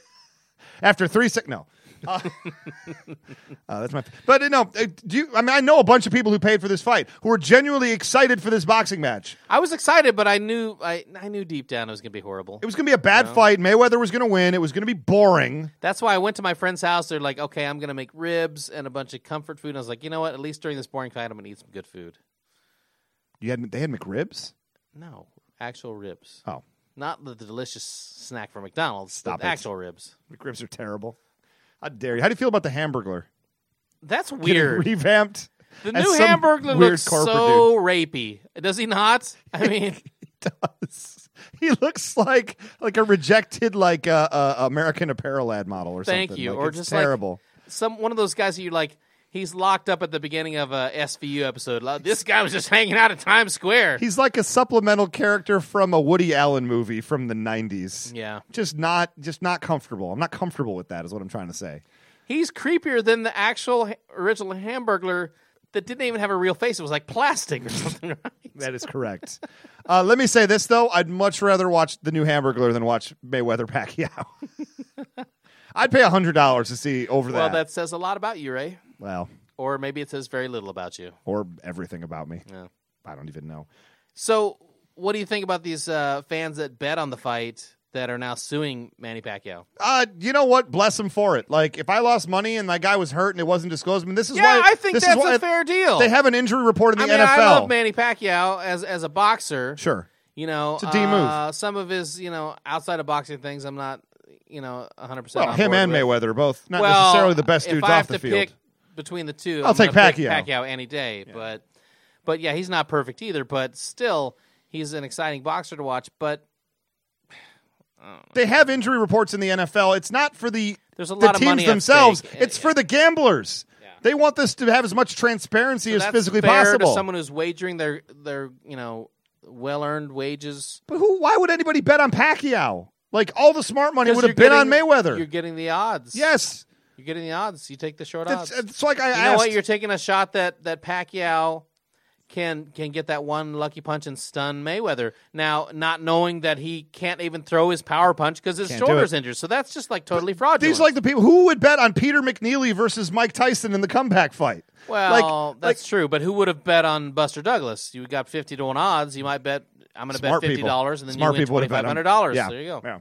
S1: After three six, no. Uh, [laughs] uh, that's my. But uh, no, uh, do you? I mean, I know a bunch of people who paid for this fight who are genuinely excited for this boxing match.
S2: I was excited, but I knew I, I knew deep down it was gonna be horrible.
S1: It was going to be a bad fight. Mayweather was going to win. It was going to be boring.
S2: That's why I went to my friend's house. They're like, okay, I'm gonna make ribs and a bunch of comfort food. And I was like, you know what? At least during this boring fight, I'm gonna eat some good food.
S1: You had they had McRibs.
S2: No, actual ribs,
S1: Oh,
S2: not the, the delicious snack from McDonald's.
S1: Stop
S2: Stop
S1: it.
S2: actual ribs.
S1: McRibs are terrible. How dare you? How do you feel about the Hamburglar?
S2: That's
S1: Getting
S2: weird.
S1: [laughs] revamped.
S2: the
S1: as
S2: new
S1: some
S2: hamburger
S1: weird
S2: looks
S1: corporate
S2: so rapey. Does he not? I
S1: [laughs]
S2: mean,
S1: dude does. [laughs] He looks like like a rejected like uh, uh, American Apparel ad model or
S2: Thank
S1: something.
S2: you.
S1: Like,
S2: Or
S1: it's
S2: just, like,
S1: terrible.
S2: some one of those guys that you're like. He's locked up at the beginning of a SVU episode. Like, This guy was just hanging out at Times Square.
S1: He's like a supplemental character from a Woody Allen movie from the '90s.
S2: Yeah.
S1: just not just not comfortable. I'm not comfortable with that. Is what I'm trying to say.
S2: He's creepier than the actual ha- original Hamburglar that didn't even have a real face. It was like plastic or [laughs] something, right?
S1: That is correct. [laughs] uh, let me say this though: I'd much rather watch the new Hamburglar than watch Mayweather Pacquiao. [laughs] I'd pay hundred dollars to see over
S2: Well,
S1: that.
S2: that says a lot about you, Ray.
S1: well,
S2: Or maybe it says very little about you.
S1: or everything about me.
S2: Yeah.
S1: I don't even know.
S2: So, what do you think about these uh, fans that bet on the fight that are now suing Manny Pacquiao?
S1: Uh, you know what? Bless him for it. Like, if I lost money and my guy was hurt and it wasn't disclosed, I mean, this is
S2: Yeah,
S1: why
S2: I think
S1: this
S2: that's
S1: is why
S2: a fair deal.
S1: They have an injury report in
S2: I
S1: the
S2: mean,
S1: NFL.
S2: I love Manny Pacquiao as as a boxer.
S1: Sure,
S2: You know,
S1: a D move.
S2: uh, Some of his, you know, outside of boxing things, I'm not, you know, 100. percent
S1: well, him and Mayweather are both not
S2: well,
S1: necessarily the best
S2: if
S1: dudes
S2: I
S1: off
S2: have
S1: the
S2: to
S1: field.
S2: Pick between the two,
S1: I'll
S2: I'm
S1: take
S2: gonna pick
S1: Pacquiao.
S2: Pacquiao any day, but but yeah, he's not perfect either. But still, he's an exciting boxer to watch. But
S1: They have injury reports in the NFL. It's not for the
S2: There's a
S1: the
S2: lot of
S1: teams
S2: money at
S1: themselves.
S2: stake.
S1: It's for the gamblers. They want this to have as much transparency as
S2: that's
S1: physically
S2: fair
S1: possible.
S2: to someone who's wagering their their you know well earned wages.
S1: but who? Why would anybody bet on Pacquiao? Like all the smart money
S2: 'Cause
S1: would have
S2: you're
S1: been on
S2: getting-
S1: Mayweather.
S2: You're getting the odds.
S1: yes,
S2: you're getting the odds. You take the short
S1: it's,
S2: odds.
S1: it's like I
S2: You
S1: asked.
S2: know what? You're taking a shot that that Pacquiao can can get that one lucky punch and stun Mayweather. Now, not knowing that he can't even throw his power punch because his
S1: Can't do
S2: shoulder's
S1: it.
S2: injured, so that's just like totally fraudulent.
S1: These are like the people who would bet on Peter McNeely versus Mike Tyson in the comeback fight.
S2: well,
S1: like,
S2: that's true, but who would have bet on Buster Douglas? You got fifty to one odds. You might bet I'm going to bet
S1: smart
S2: fifty
S1: people.
S2: dollars, and then
S1: smart
S2: you win
S1: people would
S2: twenty
S1: have bet
S2: five
S1: on-
S2: hundred dollars.
S1: Yeah,
S2: There you go.
S1: Yeah.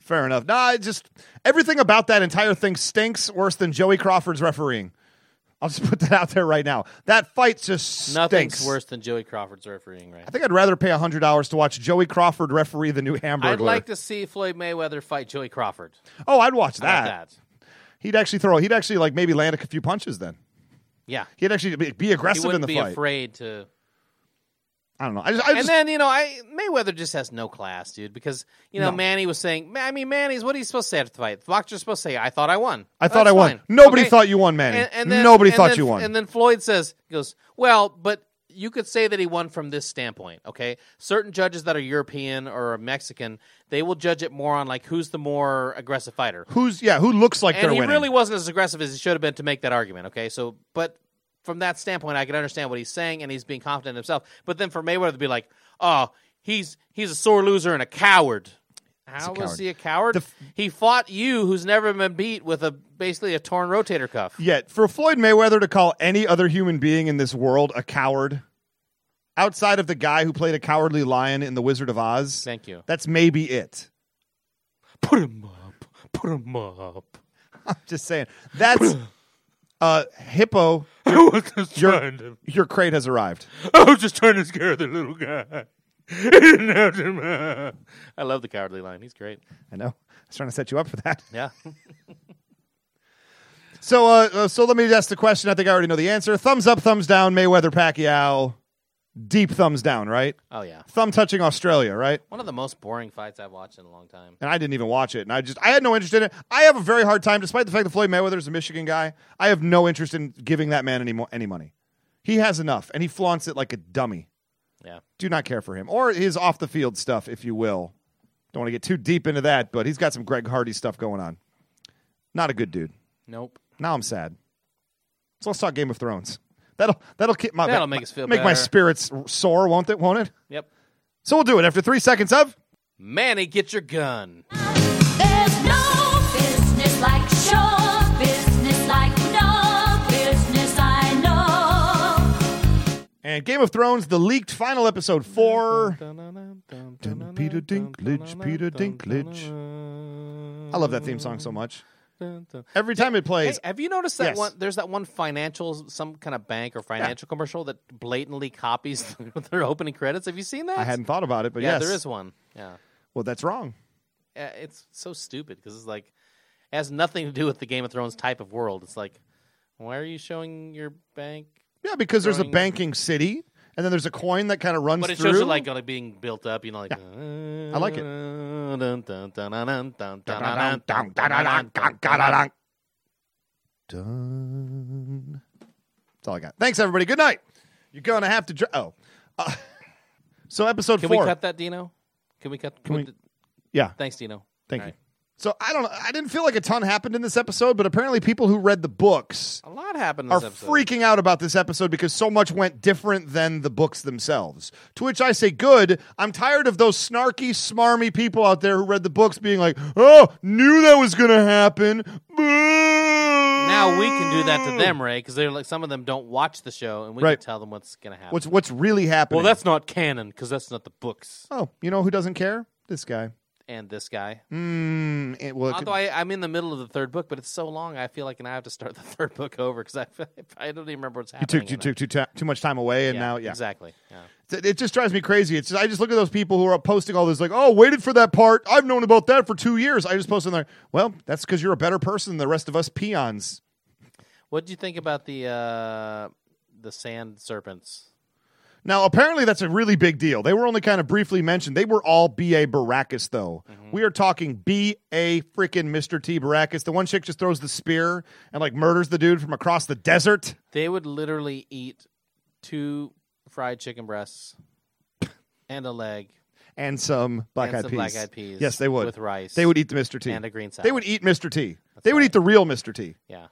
S1: Fair enough. Nah, it just everything about that entire thing stinks worse than Joey Crawford's refereeing. I'll just [laughs] put that out there right now. That fight just stinks.
S2: Nothing's worse than Joey Crawford's refereeing right.
S1: I think I'd rather pay hundred dollars to watch Joey Crawford referee the new Hamburglar.
S2: I'd like to see Floyd Mayweather fight Joey Crawford.
S1: oh, I'd watch
S2: How about
S1: that. He'd actually throw. He'd actually like maybe land a few punches. Then
S2: Yeah.
S1: he'd actually be, be
S2: He
S1: aggressive in
S2: wouldn't
S1: the
S2: be
S1: fight.
S2: afraid to.
S1: I don't know. I just, I
S2: And
S1: just
S2: then you know, I Mayweather just has no class, dude. Because you know,
S1: No.
S2: Manny was saying, I mean, Manny's what are you supposed to say after the fight? The boxer's supposed to say, "I thought I won.
S1: I
S2: Well,
S1: thought I
S2: that's
S1: won.
S2: fine.
S1: Nobody thought you won, Manny. Nobody thought
S2: then-
S1: you won.
S2: And then Floyd says, he "Goes well, but." You could say that he won from this standpoint, okay? Certain judges that are European or Mexican, they will judge it more on like who's the more aggressive fighter.
S1: who's yeah? Who looks like
S2: and
S1: they're
S2: he
S1: winning?
S2: really wasn't as aggressive as he should have been to make that argument. Okay, so but from that standpoint, I can understand what he's saying, and he's being confident in himself. But then for Mayweather to be like, "Oh, he's he's a sore loser and a coward." How
S1: a
S2: was
S1: coward.
S2: he a coward?
S1: The f-
S2: he fought you, who's never been beat with a basically a torn rotator cuff.
S1: Yet for Floyd Mayweather to call any other human being in this world a coward, outside of the guy who played a cowardly lion in The Wizard of Oz,
S2: Thank you.
S1: that's maybe it. [laughs]
S2: Put him up. Put him up.
S1: Just saying. That's uh, hippo.
S4: I was just
S1: Your-
S4: trying to.
S1: Your crate has arrived.
S4: I was just trying to scare the little guy. He didn't have to-
S2: I love the cowardly line. He's great.
S1: I know. I was trying to set you up for that.
S2: Yeah.
S1: So, uh, uh, so let me ask the question. I think I already know the answer. Thumbs up, thumbs down. Mayweather, Pacquiao. Deep thumbs down, right?
S2: Oh yeah.
S1: Thumb touching Australia, right?
S2: One of the most boring fights I've watched in a long time.
S1: and I didn't even watch it. And I just I had no interest in it. I have a very hard time, despite the fact that Floyd Mayweather is a Michigan guy. I have no interest in giving that man any mo- any money. He has enough, and he flaunts it like a dummy.
S2: Yeah.
S1: Do not care for him or his off the field stuff, if you will. Don't want to get too deep into that, but he's got some Greg Hardy stuff going on. Not a good dude.
S2: Nope.
S1: Now I'm sad. So let's talk Game of Thrones. That'll that'll keep my
S2: That'll make us feel
S1: make my
S2: better.
S1: spirits soar, won't it? Won't it?
S2: Yep.
S1: So we'll do it after three seconds of.
S2: Manny, get your gun.
S5: There's no business like sure business like no business I know.
S1: And Game of Thrones, the leaked final episode four. Dun, Peter
S2: Peter
S1: Dinklage, Peter Dinklage. I love that theme song so much. Every time it
S2: Hey,
S1: plays,
S2: have you noticed that
S1: Yes.
S2: one? There's that one financial, some kind of bank or financial commercial that blatantly copies [laughs] their opening credits. Have you seen that?
S1: I hadn't thought about it, but
S2: Yeah,
S1: yes.
S2: there is one. Yeah,
S1: Well, that's wrong.
S2: Uh, it's so stupid because it's like it has nothing to do with the Game of Thrones type of world. It's like, why are you showing your bank?
S1: Yeah, because there's a
S2: Throwing-
S1: banking city, and then there's a coin that kind of runs
S2: But it
S1: through.
S2: shows it like uh, being built up, you know, like I
S1: like it.
S2: it.
S1: Dun. That's all I got. Thanks, everybody. Good night. You're going to have to. Dr- oh. Uh, [laughs] so, episode
S2: Can
S1: four.
S2: we cut that, Dino? Can we cut?
S1: we- yeah.
S2: Thanks, Dino.
S1: Thank
S2: All
S1: you. So, I don't know. I didn't feel like a ton happened in this episode, but apparently, people who read the books
S2: A lot happened. in
S1: are
S2: This episode.
S1: freaking out about this episode because so much went different than the books themselves. To which I say, good. I'm tired of those snarky, smarmy people out there who read the books being like, oh, knew that was going to happen. Boo.
S2: Now we can do that to them, Ray, because they're like some of them don't watch the show, and we
S1: Mm. Right.
S2: can tell them what's going to happen.
S1: What's, what's really happening?
S2: well, that's not canon because that's not the books.
S1: Oh, you know who doesn't care? This guy.
S2: And this guy,
S1: Mm, it- well, it could-
S2: although I, I'm in the middle of the third book, but it's so long, I feel like and I have to start the [laughs] third book over because I, [laughs] feel- I don't even remember what's
S1: you
S2: happening.
S1: took you
S2: in
S1: took too, ta- too much time away,
S2: it.
S1: and now yeah,
S2: exactly. Yeah.
S1: It- it just drives me crazy. It's just, I just look at those people who are posting all this like, oh, waited for that part. I've known about that for two years. I just posted like, well, that's because you're a better person than the rest of us peons.
S2: What do you think about the uh, the sand serpents?
S1: Now, apparently, that's a really big deal. They were only kind of briefly mentioned. They were all B.A. Baracus, though.
S2: Mm-hmm.
S1: We are talking B.A. freaking Mr. T. Baracus. The one chick just throws the spear and like murders the dude from across the desert.
S2: They would literally eat two fried chicken breasts and a leg
S1: and some black
S2: And
S1: eyed
S2: some
S1: peas.
S2: black-eyed peas
S1: Yes, they would.
S2: with rice
S1: They would eat the Mr. T
S2: and a green
S1: They
S2: salad.
S1: would eat Mr. T. they would
S2: right.
S1: eat the real Mr. T.
S2: Yeah.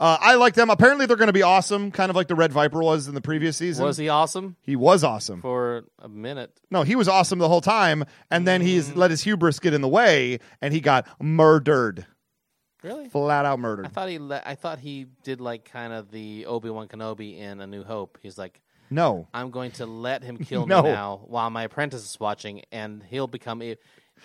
S1: Uh, I like them. Apparently, they're going to be awesome, kind of like the Red Viper was in the previous season.
S2: Was he awesome
S1: He was awesome.
S2: for a minute?
S1: No, he was awesome the whole time, and then
S2: Mm.
S1: he's let his hubris get in the way, and he got murdered,
S2: Really?
S1: flat out
S2: I
S1: murdered.
S2: thought he. Le- I thought he did like kind of the Obi Wan Kenobi in A New Hope. He's like,
S1: No,
S2: I'm going to let him
S1: [laughs]
S2: kill
S1: No.
S2: me now while my apprentice is watching, and he'll become e-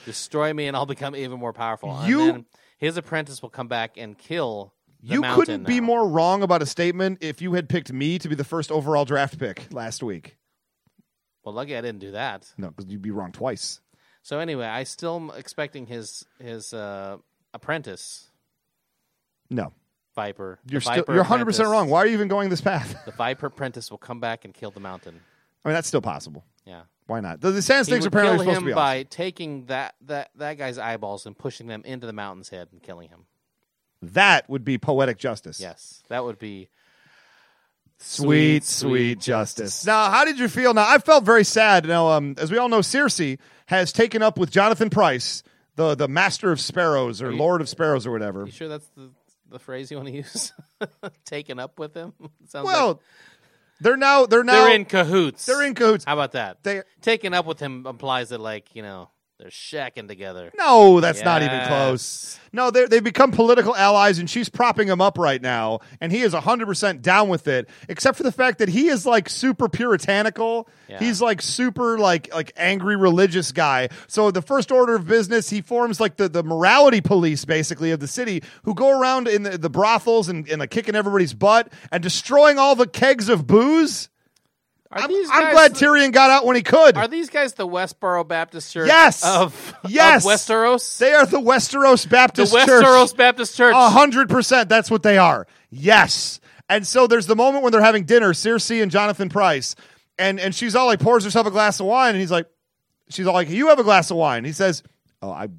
S2: destroy me, and I'll become even more powerful.
S1: You-
S2: and then his apprentice will come back and kill. The
S1: you
S2: mountain
S1: couldn't be
S2: now.
S1: more wrong about a statement if you had picked me to be the first overall draft pick last week.
S2: Well, lucky I didn't do that.
S1: No, because you'd be wrong twice.
S2: So anyway, I still am expecting his his uh, apprentice
S1: No,
S2: Viper. the
S1: you're still
S2: Viper
S1: you're 100 percent
S2: apprentice-
S1: wrong. Why are you even going this path? [laughs]
S2: The Viper apprentice will come back and kill the mountain.
S1: I mean, that's still possible.
S2: Yeah.
S1: Why not? The, the sand
S2: He would
S1: snakes apparently are
S2: kill
S1: supposed
S2: him
S1: to be awesome.
S2: by taking that, that that guy's eyeballs and pushing them into the mountain's head and killing him.
S1: That would be poetic justice.
S2: Yes, that would be
S1: Sweet, sweet
S2: Sweet, sweet
S1: justice. Now, how did you feel? Now, I felt very sad. Now, um, as we all know, Circe has taken up with Jonathan Price, the the master of sparrows or lord of sparrows or whatever.
S2: You sure that's the the phrase you want to use? [laughs] Taken up with him? [laughs] Sounds
S1: Well,
S2: like
S1: they're now they're now
S2: they're in cahoots.
S1: they're in cahoots.
S2: How about that?
S1: They-
S2: Taken up with him implies that like you know they're shacking together.
S1: No, that's not even
S2: Yes.
S1: close. No, they they become political allies, and she's propping him up right now, and he is hundred percent down with it, except for the fact that he is like super puritanical.
S2: Yeah.
S1: He's like super like like angry religious guy. So the first order of business, he forms like the the morality police basically of the city, who go around in the, the brothels and, and like kicking everybody's butt and destroying all the kegs of booze.
S2: Are
S1: I'm,
S2: these
S1: I'm
S2: guys
S1: glad
S2: the-
S1: Tyrion got out when he could.
S2: Are these guys the Westboro Baptist Church?
S1: Yes!
S2: of
S1: Yes!
S2: of Westeros.
S1: they are the Westeros
S2: the
S1: Baptist Church. Oh,
S2: Westeros Baptist Church.
S1: A hundred percent. That's what they are. Yes. And so there's the moment when they're having dinner, Circe and Jonathan Price, and and she's all like pours herself a glass of wine, and he's like, she's all like, you have a glass of wine. He says, oh, I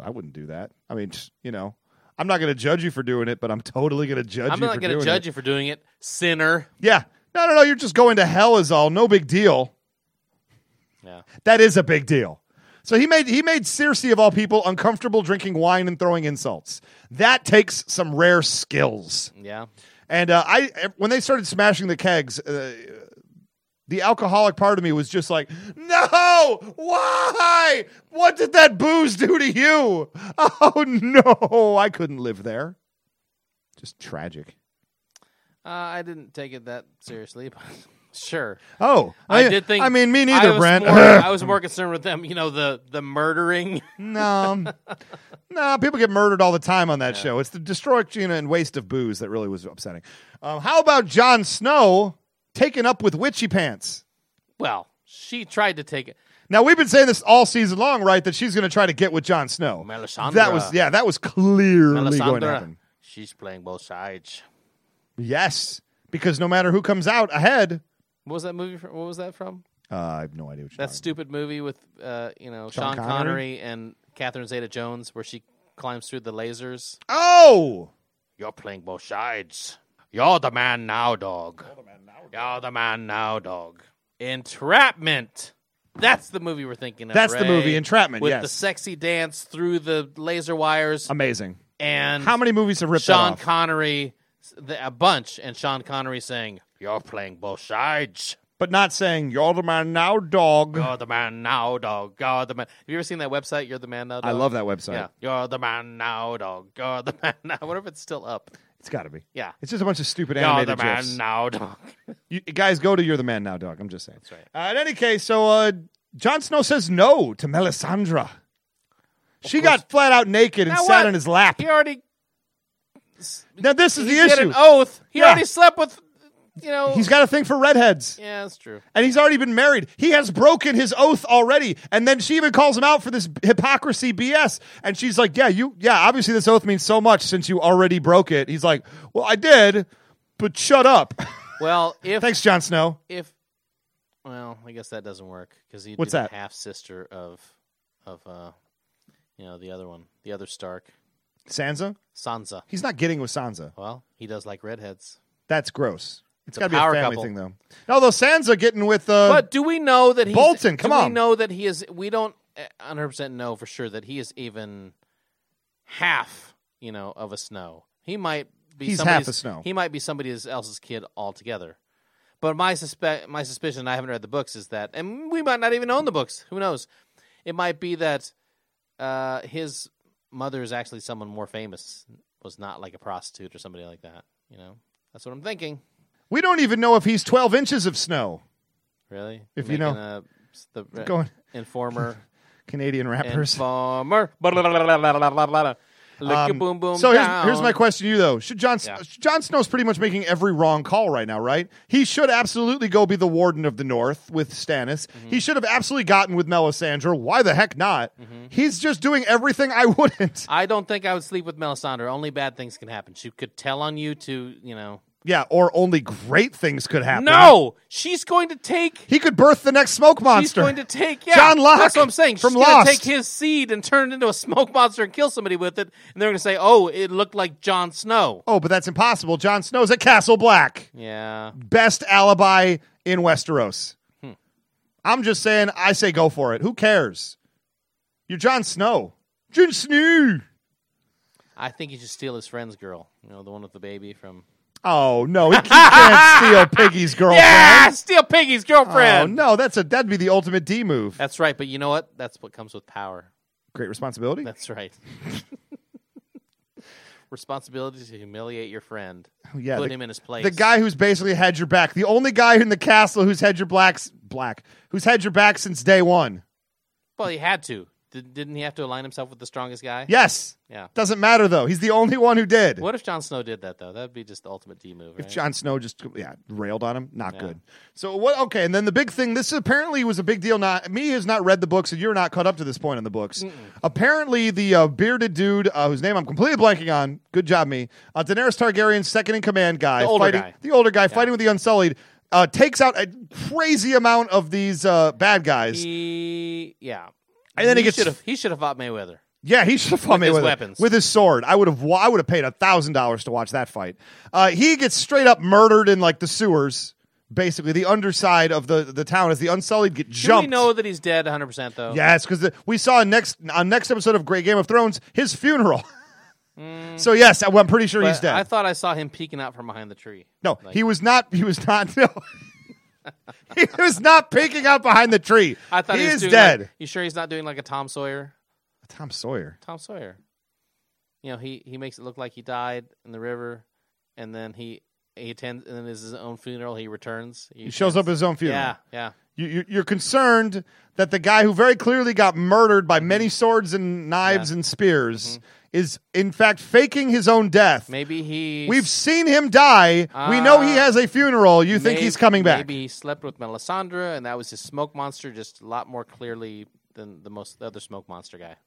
S1: I wouldn't do that. I mean, just, you know, I'm not going to judge you for doing it, but I'm totally going to judge
S2: I'm
S1: you.
S2: not
S1: for
S2: going
S1: doing
S2: to
S1: it.
S2: judge you for doing it, sinner.
S1: Yeah. No, no, no. You're just going to hell is all. No big deal.
S2: Yeah.
S1: That is a big deal. So he made he made Circe of all people uncomfortable drinking wine and throwing insults. That takes some rare skills.
S2: Yeah.
S1: And uh, I, when they started smashing the kegs, uh, the alcoholic part of me was just like, "No, why? What did that booze do to you? [laughs] Oh no, I couldn't live there. Just tragic."
S2: Uh, I didn't take it that seriously, [laughs] but sure.
S1: Oh,
S2: I, did think.
S1: I mean, me
S2: I
S1: neither,
S2: was
S1: Brent.
S2: More, I was more concerned with them, you know, the the murdering.
S1: [laughs]
S2: [laughs]
S1: no, no, people get murdered all the time on that show. It's the destruction and waste of booze that really was upsetting. Um, how about Jon Snow taken up with witchy pants?
S2: Well, she tried to take it.
S1: Now we've been saying this all season long, right? That she's going to try to get with Jon Snow.
S2: Melisandre.
S1: That was yeah, that was clearly going to
S2: Melisandre,
S1: happen.
S2: she's playing both sides.
S1: Yes, because no matter who comes out ahead,
S2: What was that movie? From, what was that from?
S1: uh, I have no idea what you're
S2: That
S1: talking
S2: stupid movie with uh, you know
S1: Sean
S2: Sean,
S1: Connery?
S2: Connery? and Catherine Zeta-Jones, where she climbs through the lasers.
S1: about. Oh,
S2: You're playing both sides. You're the man now, dog. You're the man now, dog. Entrapment. That's the movie we're thinking of.
S1: That's the
S2: Ray.
S1: movie, Entrapment,
S2: With
S1: yes.
S2: the sexy dance through the laser wires
S1: amazing!
S2: and
S1: How many movies have ripped
S2: Sean
S1: that off?
S2: Connery, s- the- a bunch, and Sean Connery saying, "You're playing both sides.
S1: but not saying you're the man now, dog.
S2: You're the man now, dog. You're the man." Have you ever seen that website? You're the man now. Dog?
S1: I love that website.
S2: Yeah, you're the man now, dog. You're the [laughs] man now. I wonder if it's still up.
S1: It's got to be.
S2: Yeah.
S1: it's just a bunch of stupid
S2: You're the
S1: animated
S2: man
S1: gifs.
S2: now, dog.
S1: You, guys, go to you're the man now, dog. I'm just saying. That's
S2: right.
S1: Uh, in any case, so uh, Jon Snow says no to Melisandre. She got flat out naked and
S2: Now
S1: sat
S2: what?
S1: on his lap.
S2: He already
S1: Now this is
S2: he
S1: the
S2: did
S1: issue.
S2: an oath. He
S1: Yeah.
S2: already slept with, you know.
S1: He's got a thing for redheads.
S2: yeah, that's true.
S1: And he's already been married. He has broken his oath already. And then she even calls him out for this hypocrisy BS. And she's like, Yeah, you, yeah, obviously this oath means so much since you already broke it. He's like, Well, I did, but shut up. [laughs]
S2: Well, if
S1: Thanks, Jon Snow.
S2: if well, I guess that doesn't work because he'd
S1: What's
S2: be
S1: that?
S2: the half sister of of uh, you know, the other one, the other Stark,
S1: Sansa?
S2: Sansa.
S1: He's not getting with Sansa.
S2: Well, he does like redheads.
S1: That's gross. It's
S2: a
S1: got to be a
S2: power
S1: family
S2: couple.
S1: thing, though. Although Sansa getting with uh,
S2: But do we know that he's
S1: Bolton, come
S2: do
S1: on.
S2: We know that he is. We don't uh, hundred percent know for sure that he is even half, you know, of a Snow. He might be
S1: He's half
S2: somebody's-
S1: a Snow.
S2: He might be somebody else's kid altogether. But my suspect, my suspicion, and I haven't read the books, is that, and we might not even own the books. Who knows? It might be that uh, his mother is actually someone more famous, was not like a prostitute or somebody like that. You know, that's what I'm thinking.
S1: we don't even know if he's twelve inches of snow.
S2: Really?
S1: If you
S2: Making
S1: know-
S2: a, the
S1: Going [laughs]
S2: informer.
S1: Canadian rappers. [laughs]
S2: Informer. Lick a
S1: Um,
S2: boom boom.
S1: so here's,
S2: down.
S1: here's my question to you though: Should John
S2: Yeah.
S1: John Snow's pretty much making every wrong call right now, right? He should absolutely go be the warden of the North with Stannis.
S2: Mm-hmm.
S1: He should have absolutely gotten with Melisandre. Why the heck not? He's just doing everything I [laughs] wouldn't.
S2: Mm-hmm. I don't think I would sleep with Melisandre. Only bad things can happen. She could tell on you to, you know.
S1: yeah, or only great things could happen.
S2: No, she's going to take.
S1: he could birth the next smoke
S2: She's
S1: monster.
S2: going to take. Yeah,
S1: John Locke
S2: That's what I'm saying. She's
S1: from
S2: going
S1: Lost.
S2: to take his seed and turn it into a smoke monster and kill somebody with it. And they're going to say, "Oh, it looked like Jon Snow."
S1: oh, but that's impossible. Jon Snow's at Castle Black.
S2: Yeah.
S1: best alibi in Westeros.
S2: Hmm.
S1: I'm just saying, I say go for it. Who cares? You're Jon Snow. Jon Snow.
S2: I think he should steal his friend's girl. You know, the one with the baby from.
S1: Oh no,
S2: [laughs]
S1: he, he can't steal Piggy's girlfriend.
S2: Yeah, steal Piggy's girlfriend.
S1: Oh no, that's a that'd be the ultimate D move.
S2: That's right, but you know what? That's what comes with power.
S1: Great responsibility.
S2: That's right. [laughs] Responsibility to humiliate your friend.
S1: Oh, yeah,
S2: put
S1: the-
S2: him in his place.
S1: The guy who's basically had your back. The only guy in the castle who's had your blacks black who's had your back since day one.
S2: Well, he had to. Did, didn't he have to align himself with the strongest guy?
S1: Yes.
S2: Yeah.
S1: Doesn't matter though. He's the only one who did.
S2: What if Jon Snow did that though? That'd be just the ultimate D move. Right?
S1: If Jon Snow just yeah railed on him, not good. So what? Okay, and then the big thing. This apparently was a big deal. Not me has not read the books, and you're not caught up to this point in the books. Apparently, the uh, bearded dude uh, whose name I'm completely blanking on. Good job, me. Uh, Daenerys Targaryen's second in command guy,
S2: The older
S1: fighting
S2: guy.
S1: the older guy fighting with the Unsullied. Uh, takes out a crazy amount of these uh, bad guys.
S2: he, yeah.
S1: And then he
S2: he
S1: gets-
S2: should have. He should have fought Mayweather.
S1: Yeah, he should have fought
S2: With his
S1: Mayweather
S2: weapons.
S1: with his sword. I would have. wa- I would have paid a thousand dollars to watch that fight. Uh, he gets straight up murdered in like the sewers. Basically, the underside of the the town as the Unsullied get
S2: Do
S1: jumped.
S2: we know that he's dead 100 percent though?
S1: Yes, because we saw in next on next episode of Great Game of Thrones his funeral. So yes, I- I'm pretty sure
S2: Mm. But
S1: he's dead.
S2: I thought I saw him peeking out from behind the tree.
S1: no,
S2: Like-
S1: he was not. He was not. [laughs] No. he was not peeking out behind the tree.
S2: [laughs] I thought
S1: he,
S2: he, was
S1: is
S2: doing
S1: dead.
S2: Like, you sure he's not doing like a Tom Sawyer?
S1: Tom Sawyer.
S2: Tom Sawyer. You know, he, he makes it look like he died in the river, and then he he attends, and then is his own funeral. He returns.
S1: He shows up at his own funeral.
S2: Yeah, yeah.
S1: You, you, you're concerned that the guy who very clearly got murdered by
S2: Mm-hmm.
S1: many swords and knives and spears is, in fact, faking his own death.
S2: Maybe he.
S1: We've seen him die. we know he
S2: Uh,
S1: has a funeral. You think
S2: may-
S1: he's coming back?
S2: Maybe he slept with Melisandre, and that was his smoke monster, just a lot more clearly than the most the other smoke monster guy. [laughs]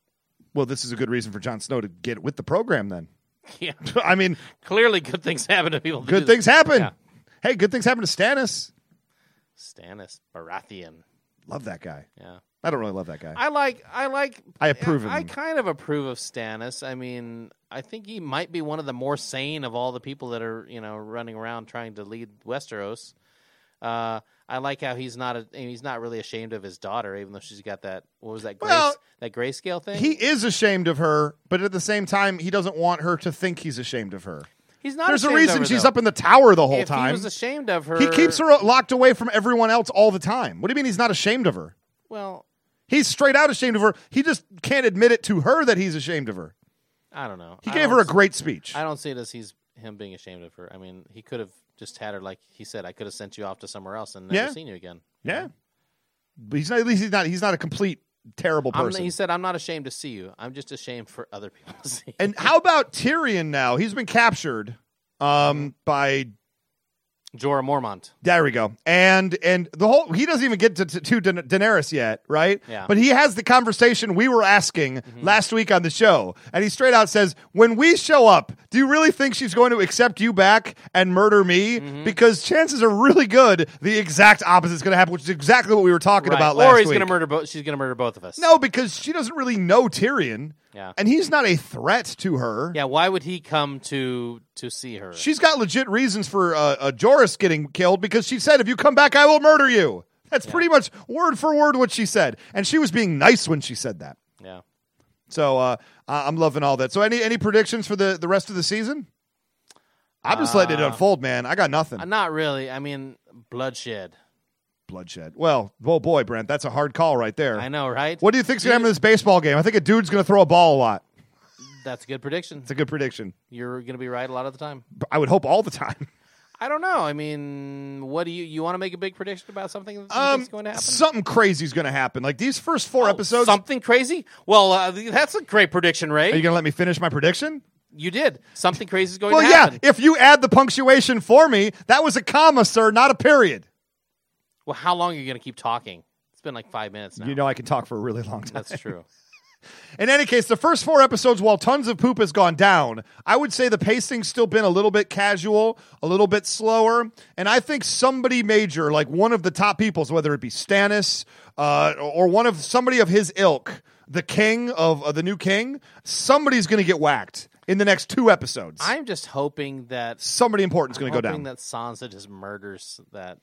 S1: Well, this is a good reason for Jon Snow to get with the program. Then,
S2: Yeah,
S1: [laughs] I mean,
S2: clearly good things happen to people. that
S1: good
S2: do this.
S1: things happen.
S2: Yeah.
S1: Hey, good things happen to Stannis.
S2: Stannis Baratheon.
S1: Love that guy.
S2: Yeah,
S1: I don't really love that guy.
S2: I like. I like.
S1: I approve of
S2: I
S1: him.
S2: kind of approve of Stannis. I mean, I think he might be one of the more sane of all the people that are you know running around trying to lead Westeros. Uh, I like how he's not a, he's not really ashamed of his daughter, even though she's got that what was that grace,
S1: Well,
S2: that grayscale thing.
S1: he is ashamed of her, but at the same time, he doesn't want her to think he's ashamed of her.
S2: he's not.
S1: There's a
S2: ashamed of
S1: reason
S2: her,
S1: she's
S2: though.
S1: up in the tower the whole
S2: if
S1: time.
S2: He was ashamed of her.
S1: He keeps her locked away from everyone else all the time. What do you mean he's not ashamed of her?
S2: Well,
S1: He's straight out ashamed of her. He just can't admit it to her that he's ashamed of her.
S2: I don't know.
S1: He
S2: I
S1: gave
S2: don't
S1: her a
S2: s-
S1: great speech.
S2: I don't see it as he's him being ashamed of her. I mean, he could have just had her like he said. I could have sent you off to somewhere else and never
S1: Yeah.
S2: seen you again.
S1: Yeah. But he's not at least he's not he's not a complete terrible
S2: I'm,
S1: person.
S2: he said, "I'm not ashamed to see you. I'm just ashamed for other people to see." you."
S1: and how about Tyrion now? He's been captured um by
S2: Jorah
S1: [laughs]
S2: Mormont.
S1: there we go. And and the whole he doesn't even get to, to, to Da- Daenerys yet, right?
S2: Yeah. Mm-hmm.
S1: But he has the conversation we were asking last week on the show, and he straight out says, "When we show up, do you really think she's going to accept you back and murder me?
S2: Mm-hmm.
S1: Because chances are really good the exact opposite is going to happen, which is exactly what we were talking about last
S2: or he's
S1: week.
S2: gonna murder. Bo- she's gonna murder both of us.
S1: no, because she doesn't really know Tyrion,
S2: Yeah.
S1: and he's not a threat to her.
S2: Yeah. Why would he come to to see her.
S1: She's got legit reasons for uh, uh, Joris getting killed because she said, "If you come back, I will murder you." That's pretty much word for word what she said, and she was being nice when she said that.
S2: yeah.
S1: So uh, I- I'm loving all that. So any any predictions for the the rest of the season? I'm just letting it unfold, man. I got nothing.
S2: Uh, Not really. I mean, bloodshed.
S1: Bloodshed. Well, oh boy, Brent, that's a hard call right there.
S2: I know, right?
S1: What do you think's gonna happen in this baseball game? I think a dude's gonna throw a ball a lot.
S2: That's a good prediction.
S1: It's a good prediction.
S2: You're going to be right a lot of the time.
S1: I would hope all the time.
S2: I don't know. I mean, what do you you want to make a big prediction about something that's going to happen?
S1: Um,
S2: Oh,
S1: something crazy's gonna happen. Like these first four episodes.
S2: Something crazy? Well, uh, th- that's a great prediction, Ray.
S1: Are you
S2: You,
S1: gonna let me finish my prediction?
S2: did. Something crazy is going
S1: Well,
S2: to
S1: yeah.
S2: happen.
S1: If you add the punctuation for me, that was a comma, sir, not a period.
S2: Well, how long are you going to keep talking? It's been like five minutes now.
S1: You know, I can talk for a really long time.
S2: that's
S1: [laughs]
S2: true.
S1: In any case, the first four episodes, while tons of poop has gone down, I would say the pacing's still been a little bit casual, a little bit slower, and I think somebody major, like one of the top peoples, whether it be Stannis uh, or one of somebody of his ilk, the king of uh, the new king, somebody's going to get whacked in the next two episodes.
S2: I'm just hoping that
S1: somebody important's going to go
S2: hoping
S1: down.
S2: that Sansa just murders that.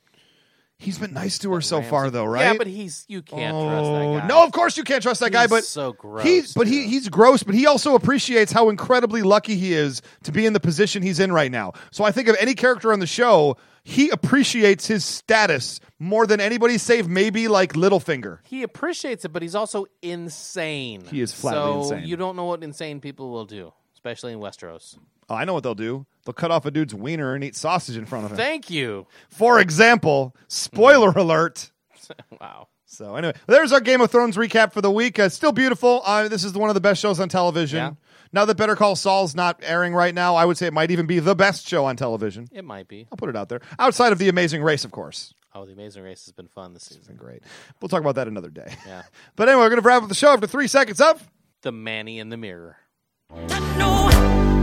S1: He's been nice to her so far, though, right? Oh,
S2: Yeah, but he's you can't trust that guy.
S1: No, of course you can't trust that guy.
S2: He's
S1: But
S2: so gross,
S1: He's but he
S2: dude.
S1: he's gross. But he also appreciates how incredibly lucky he is to be in the position he's in right now. So I think of any character on the show, he appreciates his status more than anybody, save maybe like Littlefinger.
S2: he appreciates it, but he's also insane.
S1: He is flatly
S2: so
S1: insane.
S2: You don't know what insane people will do, especially in Westeros.
S1: Oh, I know what they'll do. They'll cut off a dude's wiener and eat sausage in front of him.
S2: Thank you. [laughs]
S1: For example, spoiler alert.
S2: Wow.
S1: So anyway, there's our Game of Thrones recap for the week. Uh, still beautiful. Uh, this is one of the best shows on television.
S2: Yeah.
S1: Now that Better Call Saul's not airing right now, I would say it might even be the best show on television.
S2: It might be.
S1: I'll put it out there. Outside of The Amazing Race, of course.
S2: Oh, the Amazing Race has been fun this season.
S1: Great. We'll talk about that another day.
S2: Yeah.
S1: [laughs] But anyway, we're going to wrap up the show after three seconds of.
S2: The Manny in the Mirror.
S6: I know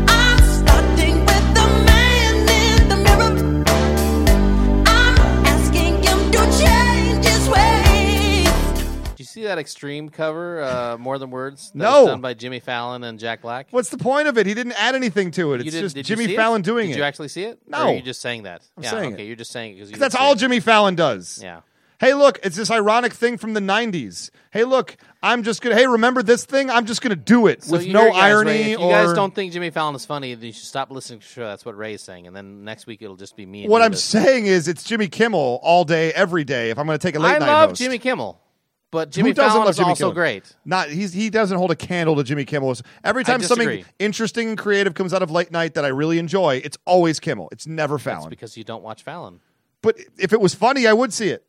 S6: I'm starting with the man in the mirror. I'm asking him to change his ways.
S2: Did you see that extreme cover, uh, More Than Words? That
S1: No.
S2: was done by Jimmy Fallon and Jack Black.
S1: What's the point of it? He didn't add anything to it.
S2: You
S1: It's
S2: did-
S1: just
S2: did you
S1: Jimmy
S2: see
S1: Fallon doing
S2: Did
S1: it.
S2: you actually see it?
S1: No.
S2: Or are you just saying that? yeah,
S1: saying it.
S2: okay, you're just saying it because
S1: That's all Jimmy Fallon does.
S2: Yeah.
S1: Hey, look, it's this ironic thing from the 90s. Hey, look, I'm just going to, hey, remember this thing? I'm just going to do it
S2: So
S1: with
S2: you
S1: no
S2: hear it, guys,
S1: irony
S2: Ray, if you
S1: or.
S2: guys don't think Jimmy Fallon is funny, then you should stop listening to the show. That's what Ray's saying. And then next week it'll just be me. And
S1: What
S2: you
S1: I'm
S2: that-
S1: saying is, it's Jimmy Kimmel all day, every day. If I'm going to take a late
S2: I
S1: night
S2: love
S1: host.
S2: Jimmy Kimmel, but Jimmy
S1: Who doesn't
S2: Fallon
S1: love
S2: is
S1: Jimmy
S2: also
S1: Kimmel?
S2: great.
S1: Not he's he doesn't hold a candle to Jimmy Kimmel. Every time something
S2: disagree.
S1: interesting and creative comes out of late night that I really enjoy, it's always Kimmel. It's never
S2: It's
S1: Fallon.
S2: because you don't watch Fallon.
S1: but if it was funny, I would see it.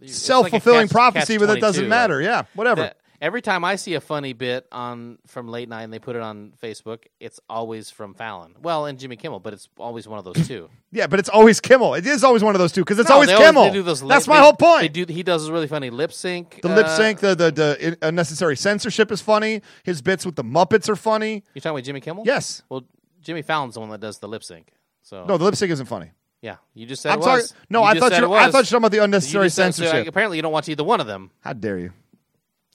S2: It's
S1: Self fulfilling
S2: like a catch-
S1: prophecy, but that doesn't
S2: catch-22,
S1: matter.
S2: like,
S1: Yeah, whatever.
S2: that- every time I see a funny bit on from late night and they put it on Facebook, it's always from Fallon. Well, and Jimmy Kimmel, but it's always one of those two.
S1: yeah, but it's always Kimmel. It is always one of those two because it's
S2: No,
S1: always
S2: they
S1: Kimmel.
S2: they do those lip-
S1: That's my
S2: they-
S1: whole point.
S2: They do. He does this really funny lip sync. uh,
S1: the lip sync, the the, the i- unnecessary censorship is funny. His bits with the Muppets are funny.
S2: You're talking about Jimmy Kimmel?
S1: Yes.
S2: Well, Jimmy Fallon's the one that does the lip sync. So
S1: No, the lip sync isn't funny.
S2: yeah, you just said
S1: I'm
S2: it
S1: sorry.
S2: was.
S1: No,
S2: You
S1: I
S2: just
S1: thought
S2: said
S1: you.
S2: it
S1: I
S2: was.
S1: thought you were talking about the
S2: You
S1: unnecessary
S2: just said- so, like,
S1: censorship.
S2: apparently, you don't watch either one of them.
S1: How dare you?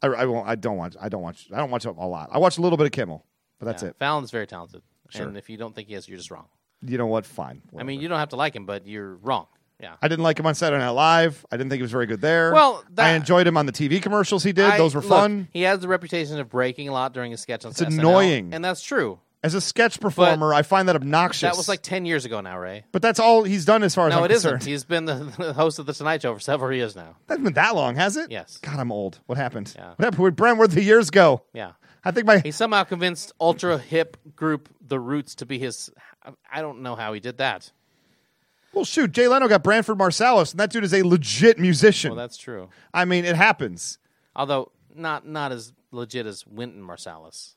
S1: I, I won't. I don't watch. I don't watch. I don't watch a lot. I watch a little bit of Kimmel, but that's
S2: Yeah,
S1: it.
S2: Fallon's very talented. And if you don't think he is, you're just wrong.
S1: You know what? Fine.
S2: I mean,
S1: Whatever.
S2: you don't have to like him, but you're wrong. Yeah.
S1: I didn't like him on Saturday Night Live. I didn't think he was very good there.
S2: Well, that-
S1: I enjoyed him on the TV commercials he did.
S2: I-
S1: Those were
S2: look,
S1: fun.
S2: He has the reputation of breaking a lot during his sketch on
S1: It's annoying.
S2: And that's true.
S1: As a sketch performer, I find that obnoxious.
S2: That was like 10 years ago now, Ray.
S1: but that's all he's done as far as
S2: No,
S1: I'm
S2: it
S1: concerned.
S2: not He's been the, [laughs] the host of The Tonight Show for several years now.
S1: Hasn't been that long, has it?
S2: Yes.
S1: God, I'm old. What happened?
S2: Yeah.
S1: What happened with Brent? Where'd the years go?
S2: Yeah.
S1: I think my
S2: He somehow convinced ultra hip group The Roots to be his. I don't know how he did that.
S1: well, shoot, Jay Leno got Branford Marsalis, and that dude is a legit musician.
S2: Well, that's true.
S1: I mean, it happens.
S2: Although, not not as legit as Wynton Marsalis.